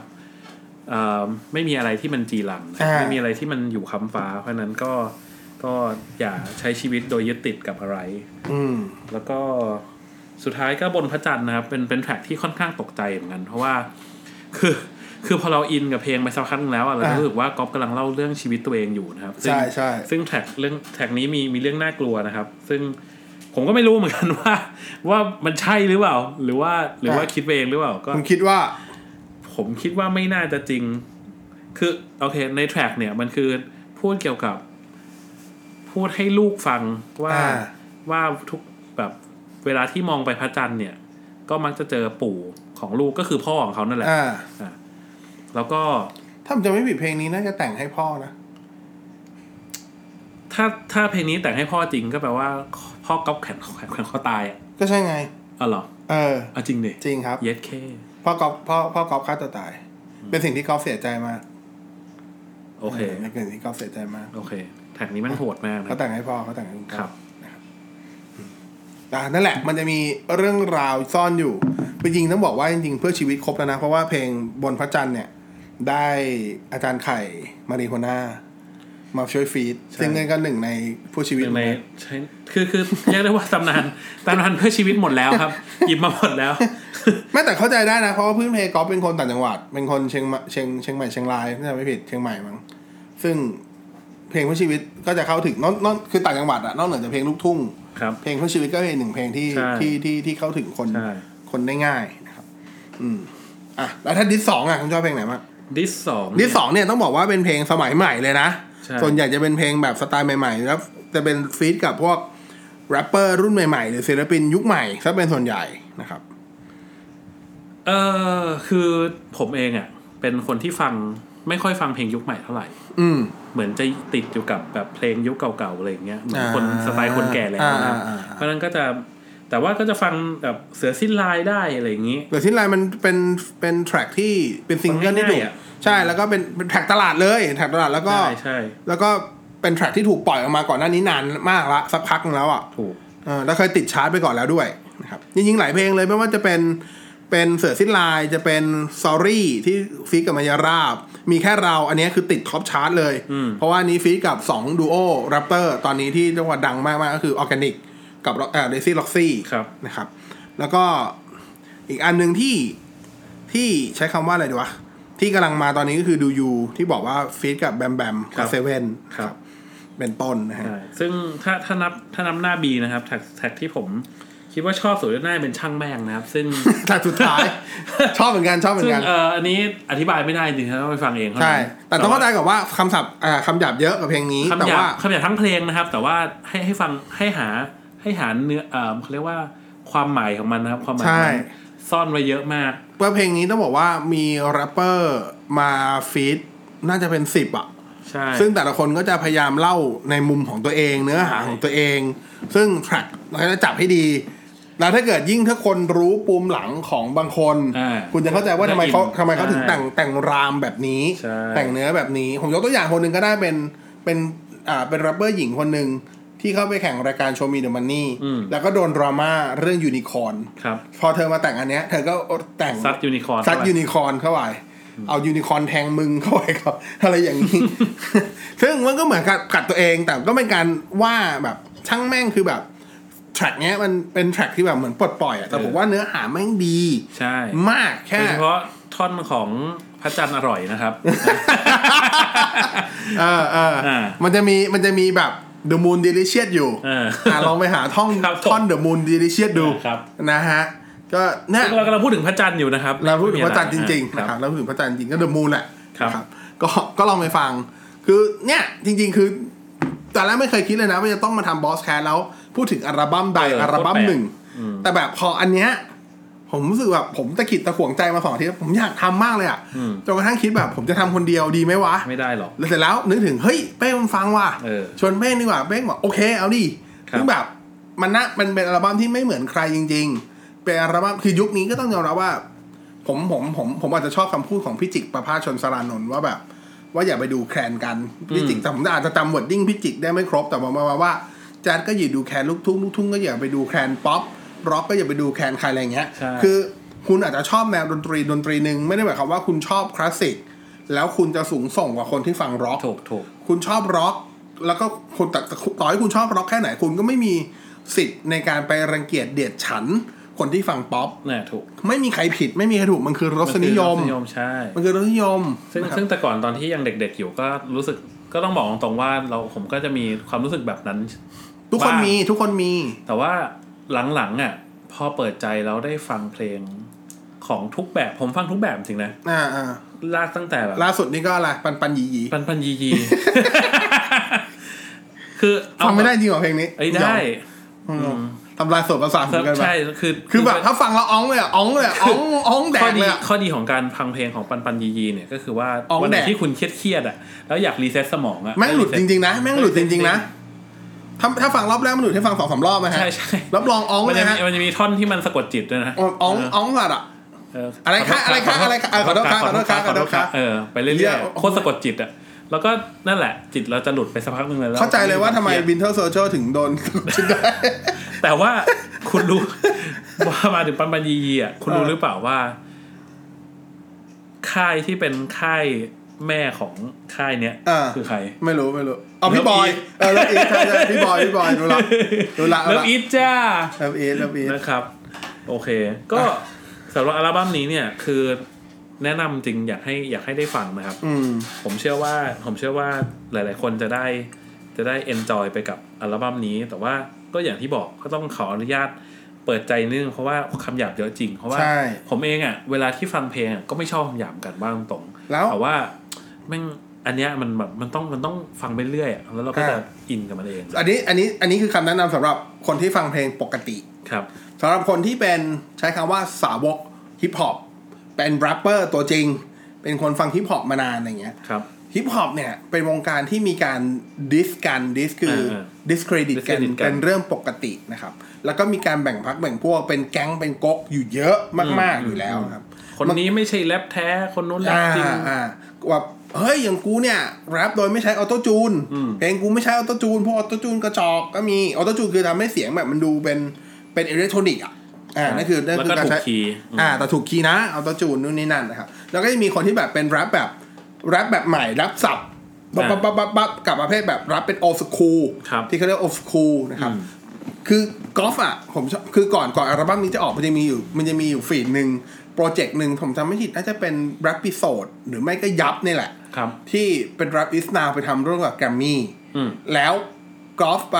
[SPEAKER 2] เอ่อไม่มีอะไรที่มันจีรังนะครับไม่มีอะไรที่มันอยู่คำฟ้า เพราะฉะนั้นก็ก็อย่าใช้ชีวิตโดยยึดติดกับอะไร
[SPEAKER 1] อืม
[SPEAKER 2] แล้วก็สุดท้ายก็บนพระจันทร์นะครับ เป็นเป็นแทร็กที่ค่อนข้างตกใจเหมือนกันเพราะว่า คือคือพอเราอินกับเพลงไปสักพักหนึงแล้วอะเราจะ
[SPEAKER 1] อ่ะ
[SPEAKER 2] รู้สึกว่าก๊อฟกำลังเล่าเรื่องชีวิตตัวเองอยู่นะครับซึ่ง
[SPEAKER 1] ใช่ใช่
[SPEAKER 2] ซึ่งแทร็กเรื่องแทร็กนี้มีมีเรื่องน่ากลัวนะครับ ซึ่งผมก็ไม่รู้เหมือนกัน ว่า ว่ามันใช่หรือเปล่า หรือว่าหรือว่าคิดไปเองหรือเปล่าก็
[SPEAKER 1] ผมคิดว่า
[SPEAKER 2] ผมคิดว่าไม่น่าจะจริง คือโอเคในแทร็กเนี่ยมันคือพูดเกี่ยวกับ พูดให้ลูกฟังว่า
[SPEAKER 1] อ่า
[SPEAKER 2] ว่าทุกแบบเวลาที่มองไปพระจันทร์เนี่ย ก็มักจะเจอปู่ของลูกก็คือพ่อของเขานั่นแหละ
[SPEAKER 1] อ่า
[SPEAKER 2] แล้วก็
[SPEAKER 1] ถ้าผมจะไม่ผิดเพลงนี้น่าจะแต่งให้พ่อนะ
[SPEAKER 2] ถ้าถ้าเพลงนี้แต่งให้พ่อจริงก็แปลว่าพ่อก๊อฟแขนแขวนคอตายอ่ะ
[SPEAKER 1] ก็ใช่ไง
[SPEAKER 2] อ๋อเหรอ
[SPEAKER 1] เออ
[SPEAKER 2] เอาจริงดิ
[SPEAKER 1] จริงครับ
[SPEAKER 2] เย็ดเค
[SPEAKER 1] พ่อกอล์ฟพ่อพ่อกอล์ฟฆ่าตัวตาย เป็นสิ่งที่กอล์ฟเสียใจมาก
[SPEAKER 2] โอเค
[SPEAKER 1] ในเกิดที่ก๊อฟเสียใจมาก
[SPEAKER 2] โอเค แท็กนี้มันโหดมากนะ
[SPEAKER 1] เขาแต่งให้พ่อเขาแต่งให้คุณพ่อ
[SPEAKER 2] ครับ
[SPEAKER 1] นะครับอืมอ่ะนั่นแหละ มันจะมีเรื่องราวซ่อนอยู่จริงๆต้องบอกว่าจริงๆเพื่อชีวิตครบแล้วนะ เพราะว่าเพลงบนพระจันทร์เนี่ย ได้อาจารย์ไข่มาริโฮน่ามาช่วยฟีดซึ่งนั่นก็หนึ่งในผู้ชีวิต
[SPEAKER 2] เป็นในใช่คือคือเรียกได้ว่าตำน านตำนานเพื่อชีวิตหมดแล้วครับ หยิบมาหมดแล้ว
[SPEAKER 1] ไม่แต่เข้าใจได้นะ เพราะว่าพื้นเพกอล์ฟเป็นคนต่างจังหวัด เป็นคนเชียงมะเชียงเชียงใหม่เชียงรายถ้าจำไม่ผิดเชียงใหม่มั้งซึ่งเพลงเพื่อชีวิตก็จะเข้าถึงนอกนอกคือต่างจังหวัดอะนอกเหนือจากเพลงลูกทุ่ง
[SPEAKER 2] ครับ
[SPEAKER 1] เพลงเพื่อชีวิตก็เป็นหนึ่งเพลงที่
[SPEAKER 2] ใช่
[SPEAKER 1] ที่ที่ที่เข้าถึงคน
[SPEAKER 2] ใช่
[SPEAKER 1] คนได้ง่ายนะครับ อืมอ่ะแล้วถ้าดิสสองอะคุณชอบเพลงไหนมาก
[SPEAKER 2] ดิสสอง
[SPEAKER 1] ดิสสองเนี่ยต้องบอกว่าเป็นเพลงสมัยใหม่เลยนะ
[SPEAKER 2] ใช่
[SPEAKER 1] ส่วนใหญ่จะเป็นเพลงแบบสไตล์ใหม่ๆแล้วจะเป็นฟีดกับพวกแรปเปอร์รุ่นใหม่ๆ หรือศิลปินยุคใหม่ซะเป็นส่วนใหญ่นะครับ
[SPEAKER 2] เออคือผมเองอ่ะ เป็นคนที่ฟังไม่ค่อยฟังเพลงยุคใหม่เท่าไหร่
[SPEAKER 1] อืม
[SPEAKER 2] เหมือนจะติดอยู่กับแบบเพลงยุคเก่าๆอะไรอย่างเงี้ยเหมือน
[SPEAKER 1] อ่า
[SPEAKER 2] คนสไตล์คนแก่แล้วนะ
[SPEAKER 1] อ่าอ่าอ่า
[SPEAKER 2] เพราะฉะนั้นก็จะแต่ว่าก็จะฟังแบบเสือสิ้นลายได้อะไรอย่างงี้
[SPEAKER 1] เดอะทิ้นไลน์มันเป็นเป็นแทร็กที่เป็นซิงเกิลที่ถูก
[SPEAKER 2] ง่ายๆอะ
[SPEAKER 1] ใช่แล้วก็เป็นเป็นแทร็กตลาดเลยแทร็กตลาดแล้วก็
[SPEAKER 2] ใช่ใช่
[SPEAKER 1] แล้วก็เป็นแทร็กที่ถูกปล่อยออกมาก่อนหน้านี้นานมากละสักพักนึงแล้วอ่ะ
[SPEAKER 2] ถูก
[SPEAKER 1] เออแล้วเคยติดชาร์ตไปก่อนแล้วด้วยนะครับจริงๆหลายเพลงเลยไม่ว่าจะเป็นเป็นเสือสิ้นลายจะเป็น sorry ที่ฟีดกับมายาราบ มีแค่เราอันเนี้ยคือติดท็อปชาร์ตเลย
[SPEAKER 2] อืม
[SPEAKER 1] เพราะว่าอันนี้ฟีดกับ2ดูโอแรปเปอร์ตอนนี้ที่เรียกว่าดังมากๆก็คือออร์แกนิกกับเอ่อเดซี่ล็อกซี่
[SPEAKER 2] ครับ
[SPEAKER 1] นะครับ แล้วก็อีกอันหนึ่งที่ที่ใช้คำว่าอะไรดีวะ ที่กำลังมาตอนนี้ก็คือดูยูที่บอกว่าฟีดกับแบมแบม
[SPEAKER 2] ครั
[SPEAKER 1] กับบเซเว่น
[SPEAKER 2] ครับ
[SPEAKER 1] เป็นต้นนะฮะ
[SPEAKER 2] ใช่ซึ่งถ้าถ้านับถ้านับหน้าบีนะครับแท็กแท็กที่ผมคิดว่าชอบสุดน่าจะเป็นช่างแม่งนะครับ ซึ่ง
[SPEAKER 1] แต่สุดท้าย ชอบเหมือนกันช อบเหมือ
[SPEAKER 2] ซึ่ง
[SPEAKER 1] นกัน
[SPEAKER 2] เอ่ออันนี้อธิบายไม่ได้จริงๆต้องไปฟังเองเท่า
[SPEAKER 1] ใช่
[SPEAKER 2] นั้น
[SPEAKER 1] แต่ต้องเข้าใจก่อนว่าคำศัพท์อ่าคำหยาบเยอะกับเพลงนี้ แต่
[SPEAKER 2] คำหยาบ
[SPEAKER 1] ว่า
[SPEAKER 2] คำหยาบทั้งเพลงนะครับ แต่ว่าให้ให้ฟังให้หาให้หาเนื้อเอ่อเขาเรียกว่าความหมายของมันนะครับ ความหมายของมัน
[SPEAKER 1] ใช่
[SPEAKER 2] ซ่อนไว้เยอะมาก
[SPEAKER 1] ว่าเพลงนี้ต้องบอกว่ามีแรปเปอร์มาฟีดน่าจะเป็นสิบอ่ะ
[SPEAKER 2] ใช่
[SPEAKER 1] ซึ่งแต่ละคนก็จะพยายามเล่าในมุมของตัวเอง เนื้อหาของตัวเอง ซึ่งแทร็กเราจะจับให้ดี แล้วถ้าเกิดยิ่งถ้าคนรู้ปูมหลังของบางคน
[SPEAKER 2] อ่า
[SPEAKER 1] คุณจะเข้าใจว่าทำไมเขา
[SPEAKER 2] ได้อิน
[SPEAKER 1] ทำไมเขาถึง
[SPEAKER 2] ใช่
[SPEAKER 1] แต่งแต่งรามแบบนี้
[SPEAKER 2] ใช่
[SPEAKER 1] แต่งเนื้อแบบนี้ ผมยกตัวอย่างคนหนึ่งก็ได้เป็นเป็นอ่าเป็นแรปเปอร์หญิงคนหนึ่งที่เข้าไปแข่งรายการโชว์มีเดอะมันนี่แล้วก็โดนดราม่าเรื่องยูนิคอร์น
[SPEAKER 2] ครับ
[SPEAKER 1] พอเธอมาแต่งอันเนี้ยเธอก็แต่ง
[SPEAKER 2] ซัดยูนิคอร์น
[SPEAKER 1] ซัดยูนิคอร์นเข้าไป เอายูนิคอร์นแทงมึงเข้าไปครับ อะไรอย่างนี้ ซึ่งมันก็เหมือนกับกัดตัวเอง แต่ก็เป็นการว่าแบบช่างแม่งคือแบบแทร็กเนี้ยมันเป็นแทร็กที่แบบเหมือนปลดปล่อยอะแต่ผมว่าเนื้อหาแม่งดี
[SPEAKER 2] ใช่
[SPEAKER 1] มากแค่
[SPEAKER 2] โดยเฉพาะท่อนของพระจันทร์อร่อย นะครับ
[SPEAKER 1] เออเออ
[SPEAKER 2] อ่า
[SPEAKER 1] มันจะมีมันจะมีแบบ The Moon Delicious อยู่
[SPEAKER 2] เออ
[SPEAKER 1] อ่าลองไปหาท่อง
[SPEAKER 2] ครับผม
[SPEAKER 1] ท่อน The Moon Delicious ดู
[SPEAKER 2] ครับ
[SPEAKER 1] นะฮะ ก็เนี่ย
[SPEAKER 2] ซึ่งเรากำลังพูดถึงพระจันทร์อยู่นะครับ
[SPEAKER 1] เราพูดถึงพระจันทร์จริงๆ
[SPEAKER 2] อ่า
[SPEAKER 1] นะครับ
[SPEAKER 2] บ
[SPEAKER 1] เราพูดถึงพระจันทร์จริงก็เดอะมูนแหละ
[SPEAKER 2] ครับ
[SPEAKER 1] นะก็ก็ลองไปฟัง คือเนี่ยจริง ๆ คือตอนแรกไม่เคยคิดเลยนะว่าจะต้องมาทำบอสแคสแล้ว พูดถึงอัลบั้มใดอัลบั้มหนึ่ง แต่แบบพออันเนี้ยผมรู้สึกแบบผมตะขิดตะขวงใจมาสองอาทีแล้วผมอยากทำมากเลยอ่ะจนกระทั่งคิดแบบผมจะทำคนเดียวดีไหมวะ
[SPEAKER 2] ไม่ได้หรอก
[SPEAKER 1] แล้วเสร็จแล้วนึกถึงเฮ้ยเป้มันฟังว่ะ
[SPEAKER 2] เออ
[SPEAKER 1] ชวนเป้งดีกว่าเป้งบอกโอเคเอาดิ
[SPEAKER 2] ครับ
[SPEAKER 1] ซึ่งแบบมันนะมันเป็นอัลบั้มที่ไม่เหมือนใครจริง ๆ เป็นอัลบั้มคือยุคนี้ก็ต้องยอมรับว่า ผมผมผมผมอาจจะชอบคำพูดของพี่จิกประภาสชนสารานนท์ว่าแบบ ว่าอย่าไปดูแคลนกันพี่จิกแต่ผมอาจจะจำวอร์ดดิ้งพี่จิกได้ไม่ครบแต่ผมมาว่าว่าแจ๊ดก็อย่าดูแคลนลูกทุ่งลูกทุ่งก็อย่าไปดูแคลนป๊อปร็อกก็อย่าไปดูแคลนใครอะไรอย่างเงี้ย
[SPEAKER 2] ใช่
[SPEAKER 1] คือคุณอาจจะชอบแนวดนตรีดนตรีหนึ่งไม่ได้หมายความว่าคุณชอบคลาสสิกแล้วคุณจะสูงส่งกว่าคนที่ฟังร็อก
[SPEAKER 2] ถูกถูก
[SPEAKER 1] คุณชอบร็อก แล้วก็คุณแต่ต่อให้คุณชอบร็อกแค่ไหนคุณก็ไม่มีสิทธิ์ในการไปรังเกียจเดียดฉัน คนที่ฟังป๊อป
[SPEAKER 2] เนี่ยถูก
[SPEAKER 1] ไม่มีใครผิดไม่มีใครถูกมันคือรสนิยม
[SPEAKER 2] นคือรสนิยมใช่
[SPEAKER 1] มันคือรสนิยม
[SPEAKER 2] ซึ่ง
[SPEAKER 1] นะครับ
[SPEAKER 2] ซึ่งแต่ก่อนตอนที่ยังเด็ก ๆ อยู่ก็รู้สึกก็ต้องบอกตรงๆว่าเราผมก็จะมีความรู้สึกแบบนั้น
[SPEAKER 1] ทุกคนมีทุกคนมี
[SPEAKER 2] แต่ว่าหลังๆอ่ะพอเปิดใจแล้วได้ฟังเพลงของทุกแบบผมฟังทุกแบบจริงนะ
[SPEAKER 1] อ่าอ่า
[SPEAKER 2] ลากตั้งแต่แบบ
[SPEAKER 1] ล่าสุดนี่ก็อะไร ปันปันหยีหยี
[SPEAKER 2] ปันปันยี ยี คือเอา
[SPEAKER 1] ฟังไม่ได้จริงเหรอเพลงนี้
[SPEAKER 2] เอ้ยได้
[SPEAKER 1] อืมทำลายส่วนประสาทเหมือนกันไป
[SPEAKER 2] ใช่คือ
[SPEAKER 1] คือแบบถ้าฟังแล้วอ้องเลยอะอ้องเลยอะอ้องอ้องแด
[SPEAKER 2] ข้อก ดี
[SPEAKER 1] เลยอะ
[SPEAKER 2] ข้อดีของการฟังเพลงของปันปันยียีเนี่ยก็คือว่า
[SPEAKER 1] อ๋อ
[SPEAKER 2] วัไหน
[SPEAKER 1] แดก
[SPEAKER 2] ที่คุณเครียดเครียดๆอ่ะแล้วอยากรีเซ็ตสมองอ่ะ
[SPEAKER 1] แม่งหลุดจริง ๆ นะ แม่งหลุดจริง ๆ นะ
[SPEAKER 2] จริ
[SPEAKER 1] ถ้าถ้าฟังรอบแรกมันหลุดให้ฟังสองสามรอบนะฮะ
[SPEAKER 2] ใช่ใช่
[SPEAKER 1] รับรองอ้อง
[SPEAKER 2] มัน
[SPEAKER 1] เลย
[SPEAKER 2] จะมี
[SPEAKER 1] ฮะ
[SPEAKER 2] มันจะมีท่อนที่มันสะกดจิตด้วยนะ
[SPEAKER 1] อ้องอ้องอ้องสัตว์อะ
[SPEAKER 2] เ
[SPEAKER 1] ะไรคะอะไรคะอะไรคะเออขอโทษครับขอโทษครับขอโทษครับ
[SPEAKER 2] เออไปเรื่อยๆโคตรสะกดจิตอ่ะ แล้วก็นั่นแหละ จิตเราจะหลุดไปสักพักหนึ่งเลยแล้ว
[SPEAKER 1] เข้าใจเลยว่าทำไม Winter Soldier ถึงโดน ชุดได้
[SPEAKER 2] แต่ว่าคุณรู้ ว่ามาถึงปันปันยียีอ่ะคุณรู้
[SPEAKER 1] เออ
[SPEAKER 2] หรือเปล่าว่า ค่ายที่เป็นค่ายแม่ของค่ายเนี้ย
[SPEAKER 1] อ่า
[SPEAKER 2] คือใคร
[SPEAKER 1] ไม่รู้ไม่รู้เอาพี่
[SPEAKER 2] Love
[SPEAKER 1] บอย
[SPEAKER 2] Eat
[SPEAKER 1] เออเลิฟอีทใช่ใช่พี่บอยพี่บอยรู้ละรู้ละ
[SPEAKER 2] เลิฟอีทจ้า
[SPEAKER 1] เลิฟอีทเลิฟอีท
[SPEAKER 2] นะครับ โอเค ก็
[SPEAKER 1] อ่ะ
[SPEAKER 2] สำหรับอัลบั้มนี้เนี่ย คือแนะนำจริงอยากให้อยากให้ได้ฟังนะครับ
[SPEAKER 1] อืม
[SPEAKER 2] ผมเชื่อว่าผมเชื่อว่าหลาย ๆ คนจะได้จะได้ enjoy ไปกับอัลบั้มนี้ แต่ว่าก็อย่างที่บอกก็ต้องขออนุญาตเปิดใจนิดนึงเพราะว่าคำหยาบเยอะจริง เพราะว่า
[SPEAKER 1] ใช่
[SPEAKER 2] ผมเองอะ่ะเวลาที่ฟังเพลงอะก็ไม่ชอบคำหยาบกันบ้างตรง
[SPEAKER 1] แล้ว
[SPEAKER 2] แต่ว่าแม่งอันเนี้ยมันแบบมันต้องมันต้องฟังไปเรื่อยอะแล้วเราก็จะอินกับมันเอง
[SPEAKER 1] อันนี้อันนี้อันนี้คือคำแนะนำสำหรับคนที่ฟังเพลงปกติ
[SPEAKER 2] ครับ
[SPEAKER 1] สำหรับคนที่เป็นใช้คำว่าสาวกฮิปฮอปเป็นแรปเปอร์ตัวจริง เป็นคนฟังฮิปฮอปมานานอะไรเงี้ย
[SPEAKER 2] ครับ
[SPEAKER 1] ฮิปฮอปเนี่ยเป็นวงการที่มีการดิสกันดิสคือ
[SPEAKER 2] เออ
[SPEAKER 1] ดิสเครดิตกัน
[SPEAKER 2] discredit กัน
[SPEAKER 1] เป็นเรื่องปกตินะครับ แล้วก็มีการแบ่งพักแบ่งพวกเป็นแก๊งเป็นก๊กอยู่เยอะมาก
[SPEAKER 2] อื
[SPEAKER 1] ๆ
[SPEAKER 2] ม
[SPEAKER 1] อยู่แล้วครับ
[SPEAKER 2] คนนี้ไม่ใช่แรปแท้คนนู้นแรป
[SPEAKER 1] อ่า
[SPEAKER 2] จริง
[SPEAKER 1] อ่าว่าเฮ้ยอย่างกูเนี่ยแรปโดยไม่ใช้ออโต้จูน
[SPEAKER 2] อืม
[SPEAKER 1] เพลงกูไม่ใช้ออโต้จูนพวกออโต้จูนกระจอกก็มีออโต้จูนคือทำให้เสียงแบบมันดูเป็นเป็นอิเล็กทรอนิกส์อ่ะอ่านั่นคือนั่น
[SPEAKER 2] แล้ว
[SPEAKER 1] คือ
[SPEAKER 2] ก็
[SPEAKER 1] การ
[SPEAKER 2] ถูก
[SPEAKER 1] ใช้
[SPEAKER 2] คีย์
[SPEAKER 1] อ่าแต่ถูกคีย์นะเอาตัวจูนนู่นนี่นั่นนะครับ แล้วก็จะมีคนที่แบบเป็นแรปแบบแรปแบบใหม่แรปสับปั๊บปั๊บปั๊บปั๊บปั๊บกับประเภทแบบแรปเป็นโอสคูล
[SPEAKER 2] ครับ
[SPEAKER 1] ที่เขาเรียกโอสคูลนะครับ
[SPEAKER 2] อืม
[SPEAKER 1] คือกอล์ฟอ่ะผมชอบคือก่อนก่อนอัลบั้มนี้จะออกมันจะมีอยู่มันจะมีอยู่ฟีดหนึ่งโปรเจกต์หนึ่งผมจำไม่ผิดน่าจะเป็นแรปปิโซดหรือไม่ก็ยับนี่แหละ
[SPEAKER 2] ครับ
[SPEAKER 1] ที่เป็นแรปอิสนาไปทำร่วมกับแกรมมี่
[SPEAKER 2] อืม
[SPEAKER 1] แล้วกอล์ฟไป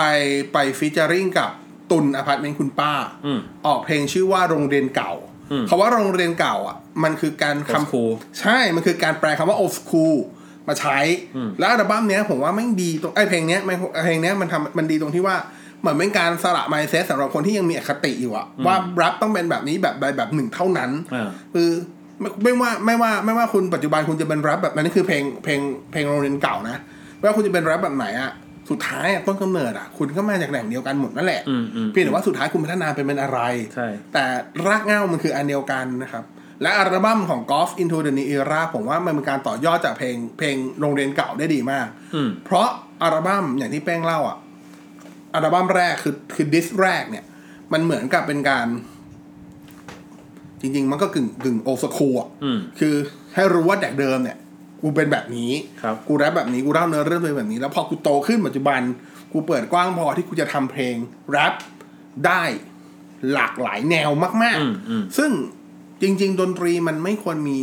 [SPEAKER 1] ไปฟีเจอริงกับตุนอพาร์ตเมนต์คุณป้า
[SPEAKER 2] อืม
[SPEAKER 1] ออกเพลงชื่อว่าโรงเรียนเก่า
[SPEAKER 2] อืม
[SPEAKER 1] คาว่าโรงเรียนเก่าอ่ะ มันคือการ
[SPEAKER 2] Old school
[SPEAKER 1] ใช่ มันคือการแปลคำว่า old school มาใช้ แล้วอัลบั้มเนี้ยผมว่าไม่งดีตรงไอ้ยเพลงเนี้ยมันเพลงเนี้ยมันทำมันดีตรงที่ว่า เหมือนเป็นการสละ mindset สำหรับคนที่ยังมีอคติอยู่อะว่ารับต้องเป็นแบบนี้แบบใดแบบหนึ่งเท่านั้น
[SPEAKER 2] อ่า
[SPEAKER 1] คือไม่ไม่ว่าไม่ว่าไม่ว่าคุณปัจจุบันคุณจะเป็นแรปแบบนั้นนี่คือเพลงเพลงเพลงโรงเรียนเก่านะไม่ว่าคุณจะเป็นแรปแบบไหนอะสุดท้ายอะต้นกำเนิดอะคุณก็มาจากแหล่งเดียวกันหมดนั่นแหละ
[SPEAKER 2] อืมอืม
[SPEAKER 1] เพียงแต่ว่าสุดท้ายคุณพัฒนาเป็นเป็นอะไร
[SPEAKER 2] ใช่
[SPEAKER 1] แต่รากเหง้ามันคืออันเดียวกันนะครับ และอัลบั้มของ Golf Into the New Era ผมว่ามันเป็นการต่อยอดจากเพลงเพลงโรงเรียนเก่าได้ดีมาก
[SPEAKER 2] อืม
[SPEAKER 1] เพราะอัลบั้มอย่างที่แป้งเล่าอ่ะ อัลบั้มแรกคือคือดิสแรกเนี่ย มันเหมือนกับเป็นการ จริง ๆ มันก็กึ่งกึ่งโอสคูอ่ะ
[SPEAKER 2] อืม
[SPEAKER 1] คือให้รู้ว่าแดกเดิมเนี่ย กูเป็นแบบนี้
[SPEAKER 2] ครับ
[SPEAKER 1] กูแรปแบบนี้กูเล่าเนื้อเรื่องตัวเองแบบนี้ แล้วพอกูโตขึ้นปัจจุบัน กูเปิดกว้างพอที่กูจะทำเพลงแรปได้หลากหลายแนวมาก
[SPEAKER 2] อืมอืม
[SPEAKER 1] ๆ ซึ่งจริง ๆ ดนตรีมันไม่ควรมี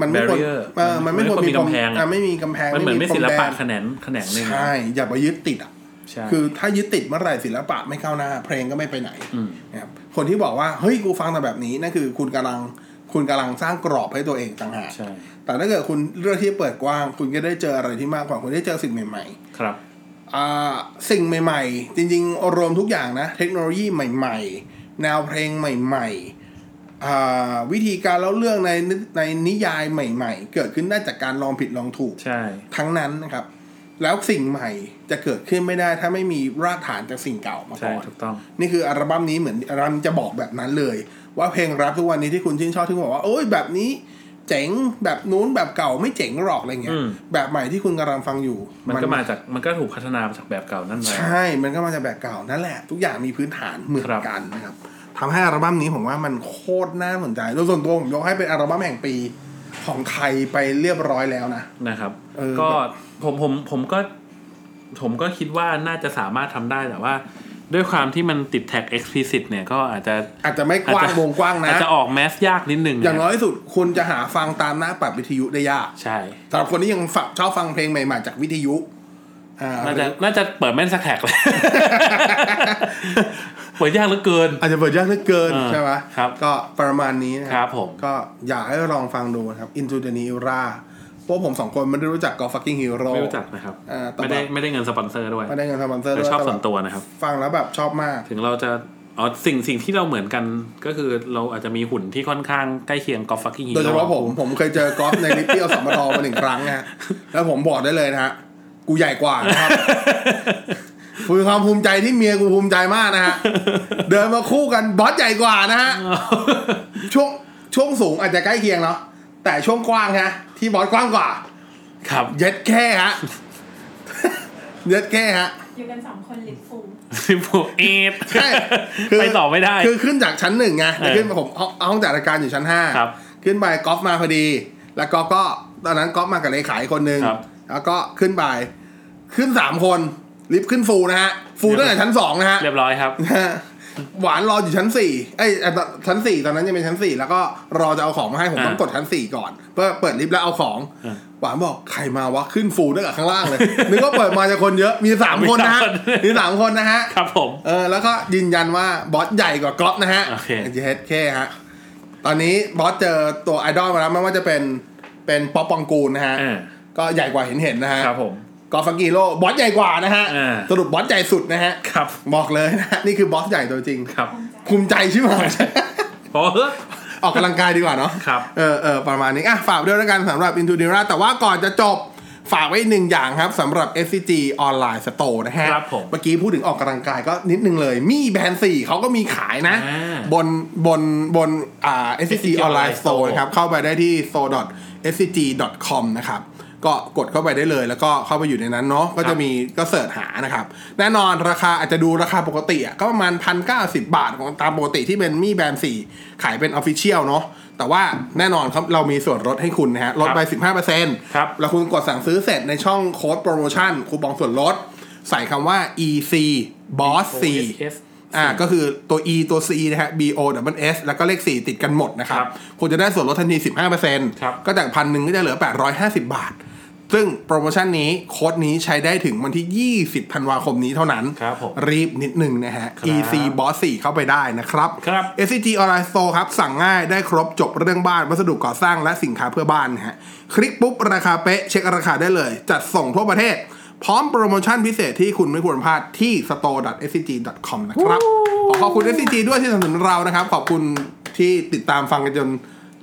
[SPEAKER 1] มันไม่ควร
[SPEAKER 2] Barrier
[SPEAKER 1] เออมันไม่ควร
[SPEAKER 2] มัน
[SPEAKER 1] มี
[SPEAKER 2] ไม่ควรมีกำแพงอะ
[SPEAKER 1] อ่ะไม่มีกำแพง
[SPEAKER 2] มันเหมือนไม่ศิลปะ
[SPEAKER 1] พรแดน
[SPEAKER 2] แขนงแขนงหนึ่ง
[SPEAKER 1] ใช่อย่าไปยึดติดอ่ะ
[SPEAKER 2] ใช่
[SPEAKER 1] คือถ้ายึดติดเมื่อไหร่ศิลปะไม่ก้าวหน้า เพลงก็ไม่ไปไหน
[SPEAKER 2] อืม
[SPEAKER 1] นะครับคนที่บอกว่าเฮ้ยกูฟังแต่แบบนี้นั่นคือคุณกำลังคุณกำลังสร้างกรอบให้ตัวเองต่างหาก
[SPEAKER 2] ใช่
[SPEAKER 1] แต่ถ้าเกิดคุณเลือกที่จะเปิดกว้าง คุณก็ได้เจออะไรที่มากกว่าคุณได้เจอสิ่งใหม่
[SPEAKER 2] ครับ
[SPEAKER 1] ๆอ่าสิ่งใหม่ๆ จริงๆรวมทุกอย่างนะ เทคโนโลยีใหม่ ๆ แนวเพลงใหม่ๆอ่าวิธีการเล่าเรื่องในนิในนิยายใหม่ ๆ เกิดขึ้นได้จากการลองผิดลองถูก
[SPEAKER 2] ใช่
[SPEAKER 1] ทั้งนั้นนะครับ แล้วสิ่งใหม่จะเกิดขึ้นไม่ได้ถ้าไม่มีรากฐานจากสิ่งเก่ามา
[SPEAKER 2] ใช่
[SPEAKER 1] ก่อน
[SPEAKER 2] ถูกต้อง
[SPEAKER 1] นี่คืออัลบั้มนี้เหมือนอัลบั้มจะบอกแบบนั้นเลย ว่าเพลงแรับทุกวันนี้ที่คุณชื่นชอบที่คุณบอกว่าโอ้ยแบบนี้ เจ๋งแบบนู้นแบบเก่าไม่เจ๋งหรอกอะไรเงี้
[SPEAKER 2] อื
[SPEAKER 1] ย
[SPEAKER 2] ม
[SPEAKER 1] แบบใหม่ที่คุณกำลังฟังอยู่
[SPEAKER 2] มันก็มาจากมันก็ถูกพัฒนามาจากแบบเก่านั่นแหละ
[SPEAKER 1] ใช่ มันก็มาจากแบบเก่านั่นแหละ ทุกอย่างมีพื้นฐานเหมือน
[SPEAKER 2] ครับ
[SPEAKER 1] กันนะครับทำให้อัลบั้มนี้ผมว่ามันโคตรน่าสนใจโดยส่วนตัวผมยกให้เป็นอัลบั้มแห่งปีของไทยไปเรียบร้อยแล้วนะ
[SPEAKER 2] นะครับ
[SPEAKER 1] เออ
[SPEAKER 2] ก็ผมผมผมก็ ผมก็คิดว่าน่าจะสามารถทำได้แต่ว่า ด้วยความที่มันติดแท็ก explicit เนี่ยก็อาจจะ
[SPEAKER 1] อาจจะไม่กว้าง
[SPEAKER 2] อาจจะ
[SPEAKER 1] วงกว้างนะ
[SPEAKER 2] อาจจะออกแมสยากนิดนึง
[SPEAKER 1] อย่างน้อยที่สุดคุณจะหาฟังตามหน้าปัดวิทยุได้ยาก
[SPEAKER 2] ใช่
[SPEAKER 1] สำหรับคนที่ยังฝักชอบฟังเพลงใหม่ๆจากวิทยุอ่า
[SPEAKER 2] น่าจะน่าจะเปิดแม่นสักแท็กเลย เปิดยากเหลือเกิน
[SPEAKER 1] อาจจะเปิดยากเหลือเกิน
[SPEAKER 2] อ่า
[SPEAKER 1] ใช่ไหม
[SPEAKER 2] ครับ
[SPEAKER 1] ก็ประมาณนี้นะครับ
[SPEAKER 2] ผม
[SPEAKER 1] ก็อยากให้ลองฟังดูนะครับ Into the New Era พวกผมสองคนไม่ได้รู้จัก God Fucking Hero
[SPEAKER 2] ไม่รู้จักนะครับ
[SPEAKER 1] เอ่อแต่
[SPEAKER 2] ไม่
[SPEAKER 1] แบ
[SPEAKER 2] ได้
[SPEAKER 1] บ
[SPEAKER 2] ไม่ได้เงินสปอนเซอร์ด้วย
[SPEAKER 1] ไม่ได้เงินสปอนเซอร์
[SPEAKER 2] แต่
[SPEAKER 1] ด้วย
[SPEAKER 2] ชอบ
[SPEAKER 1] แต่
[SPEAKER 2] ส่วน
[SPEAKER 1] แบบ
[SPEAKER 2] ตัวนะครับ
[SPEAKER 1] ฟังแล้วแบบชอบมาก
[SPEAKER 2] ถึงเราจะอ๋อสิ่งสิ่งที่เราเหมือนกันก็คือเราอาจจะมีหุ่นที่ค่อนข้างใกล้เคียงกอล์ฟฟักกิ้งฮี
[SPEAKER 1] โดยเฉพาะผมผมเคยเจอกอล์ฟในลิปปี้อสมทมาหนึ่งครั้งนะฮะแล้วผมบอกได้เลยนะฮะกูใหญ่กว่านะครับ คือความภูมิใจที่เมียกูภูมิใจมากนะฮะ เดินมาคู่กันบอสใหญ่กว่านะฮะ ช่วงช่วงสูงอาจจะใกล้เคียงเนาะแต่ช่วงกว้างฮะที่บอสกว้างกว่า
[SPEAKER 2] ครับ
[SPEAKER 1] เย็ดแค่ฮะ เย็ดแค่ฮะ
[SPEAKER 3] อยู่กันสองคนลิฟฟูล
[SPEAKER 2] ผูเอฟ
[SPEAKER 1] ใช่คือ
[SPEAKER 2] ไปต่อไม่ได้
[SPEAKER 1] คือขึ้นจากชั้นหนึ่งไง
[SPEAKER 2] เออ
[SPEAKER 1] ขึ้นมาผมเอาเอาห้องจัดรายการอยู่ชั้นห้า
[SPEAKER 2] ครับ
[SPEAKER 1] ขึ้นไปกอล์ฟมาพอดี แล้วก็ก็ตอนนั้นกอล์ฟมากับเลขาอีกคนนึง
[SPEAKER 2] ครับ
[SPEAKER 1] แล้วก็ขึ้นไปขึ้นสามคนลิฟต์ขึ้นฟูลนะฮะ ฟูล
[SPEAKER 2] เรียบร้
[SPEAKER 1] ตั้
[SPEAKER 2] อย
[SPEAKER 1] งแต่ชั้นสองนะฮะ
[SPEAKER 2] เรียบร้อยครับ
[SPEAKER 1] หวานรออยู่ชั้นสี่เอ้ยอ่ะชั้นสี่ตอนนั้นยังเป็นชั้นสี่แล้วก็รอจะเอาของมาให้ผม
[SPEAKER 2] อ่า
[SPEAKER 1] ต้องกดชั้นสี่ก่อน เพื่อเปิดลิฟต์แล้วเอาของ
[SPEAKER 2] อ่า
[SPEAKER 1] หวานบอกใครมาวะขึ้นฟูลตั้งแต่ข้างล่างเลย นึกว่าเปิดมาจากคนเยอะมีสามคนนะฮะ มีสามคนนะฮะ
[SPEAKER 2] ครับผม
[SPEAKER 1] เออแล้วก็ยืนยันว่าบอสใหญ่กว่าก๊อฟนะฮะ
[SPEAKER 2] โอเค
[SPEAKER 1] เฮดเคฮะ ตอนนี้บอสเจอตัวไอดอลมาแล้วไม่ว่าจะเป็นเป็นป๊อปปองกูลนะฮะ
[SPEAKER 2] เออ
[SPEAKER 1] ก็ใหญ่กว่าเห็นเห็นๆนะฮะ
[SPEAKER 2] ครับผม
[SPEAKER 1] กอล์ฟฟังกีโร่บอสใหญ่กว่านะฮะ
[SPEAKER 2] เออ
[SPEAKER 1] สรุปบอสใหญ่สุดนะฮะ
[SPEAKER 2] ครับ
[SPEAKER 1] บอกเลยนะฮะ นี่คือบอสใหญ่ตัวจริง
[SPEAKER 2] ครับ
[SPEAKER 3] ภูมิใจ
[SPEAKER 1] ภูมิใจใช่ไหม
[SPEAKER 2] พอเฮ้อะ
[SPEAKER 1] ออกกำลังกายดีกว่าเนาะ
[SPEAKER 2] ครับ
[SPEAKER 1] เออเออประมาณนี้อ่ะฝากด้วยแล้วกันสำหรับ Into Dira แต่ว่าก่อนจะจบฝากไว้อีกหนึ่งอย่างครับสำหรับ SCG Online Store นะฮะ
[SPEAKER 2] ครับผม
[SPEAKER 1] เมื่อกี้พูดถึงออกกำลังกายก็นิดนึงเลย มีแบรนด์สี่เขาก็มีขายนะ
[SPEAKER 2] อ่า
[SPEAKER 1] บนบนบนอ่า SCG
[SPEAKER 2] SCG
[SPEAKER 1] Online
[SPEAKER 2] Online
[SPEAKER 1] Store
[SPEAKER 2] Store
[SPEAKER 1] นะครับ เข้าไปได้ที่ store.scg.com นะครับ ก็กดเข้าไปได้เลยแล้วก็เข้าไปอยู่ในนั้นเนาะก็
[SPEAKER 2] ครั
[SPEAKER 1] จะ
[SPEAKER 2] บ
[SPEAKER 1] มีก็เสิร์ชหานะครับ แน่นอนราคาอาจจะดูราคาปกติอ่ะก็ประมาณพันเก้าสิบาทของตามปกติที่เป็นมีแบรนด์สี่ขายเป็นออฟฟิเชียลเนาะแต่ว่าแน่นอนครับเรามีส่วนลดให้คุณนะฮะลดไป 15%
[SPEAKER 2] ครับ
[SPEAKER 1] แล้วคุณกดสั่งซื้อเสร็จในช่องโค้ดโปรโมชั่นคูปองส่วนลด ใส่คำว่า EC Boss 4
[SPEAKER 2] OSS
[SPEAKER 1] อ่าก็คือตัว E ตัว C นะฮะ B O W S แล้วก็เลข 4 ติดกันหมดนะครับ
[SPEAKER 2] ครับ
[SPEAKER 1] คุณจะได้ส่วนลดทันที 15%
[SPEAKER 2] ครับ
[SPEAKER 1] ก็จากพันหนึ่งก็จะเหลือ 850 บาท ซึ่งโปรโมชั่นนี้โค้ดนี้ใช้ได้ถึงวันที่ 20ธันวาคมนี้เท่านั้น
[SPEAKER 2] ครับผม
[SPEAKER 1] รีบนิดหนึ่งนะฮะ
[SPEAKER 2] ครับ
[SPEAKER 1] EC Boss 4 เข้าไปได้นะครับ
[SPEAKER 2] ครับ
[SPEAKER 1] SCG Online Store ครับ สั่งง่ายได้ครบจบเรื่องบ้าน วัสดุก่อสร้างและสินค้าเพื่อบ้านนะฮะ คลิกปุ๊บ ราคาเป๊ะ เช็คราคาได้เลย จัดส่งทั่วประเทศ พร้อมโปรโมชั่นพิเศษที่คุณไม่ควรพลาดที่ store.scg.com นะครับ ขอขอบคุณ SCG ด้วยที่สนับสนุนเรานะครับ ขอบคุณที่ติดตามฟังกันจน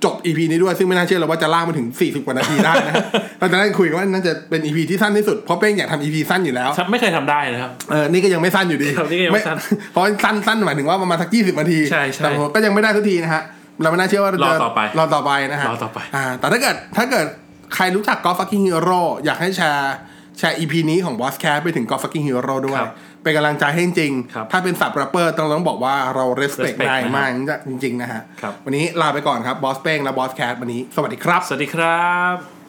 [SPEAKER 1] จบ EP นี้ด้วย ซึ่งไม่น่าเชื่อเลยว่าจะลากมาถึง 40 กว่านาทีได้นะฮ ะเราจะได้คุยกันว่าน่าจะเป็น EP ที่สั้นที่สุดเพราะเป้งอยากทำ EP สั้นอยู่แล้ว
[SPEAKER 2] ครับไม่เคยทำได้นะครับ
[SPEAKER 1] เออ นี่ก็ยังไม่สั้นอยู่ดี
[SPEAKER 2] ครับนี่ก็ยังไม่สั้น
[SPEAKER 1] เพราะสั้นสั้นหมายถึงว่าประมาณสักยี่สิบนาที
[SPEAKER 2] ใช่ใช่
[SPEAKER 1] แต่ผมก็ยังไม่ได้ทุกทีนะฮะ เราไม่น่าเชื่อว่าเราจะ
[SPEAKER 2] รอต่อไป
[SPEAKER 1] รอต่อไปนะฮะ
[SPEAKER 2] รอต่อไป
[SPEAKER 1] แต่ถ้าเกิดถ้าเกิดใครรู้จัก g o l f Fucking Hero อยากให้แชร์แชร์ EP นี้ของ b o s s c a t ไปถึง g o l f Fucking Hero ด้วย
[SPEAKER 2] ครับ
[SPEAKER 1] เป็นกำลังใจให้จริง
[SPEAKER 2] ครับ
[SPEAKER 1] ถ้าเป็นสับแรปเปอร์ต้องต้องบอกว่าเรา respect
[SPEAKER 2] respect
[SPEAKER 1] นาย
[SPEAKER 2] นะฮะ
[SPEAKER 1] มากจริงๆนะฮะ
[SPEAKER 2] ครับ
[SPEAKER 1] วันนี้ลาไปก่อนครับ Boss เป้งและ b o s s c a t วันนี้ สวัสดีครับ
[SPEAKER 2] สวัสดีครับ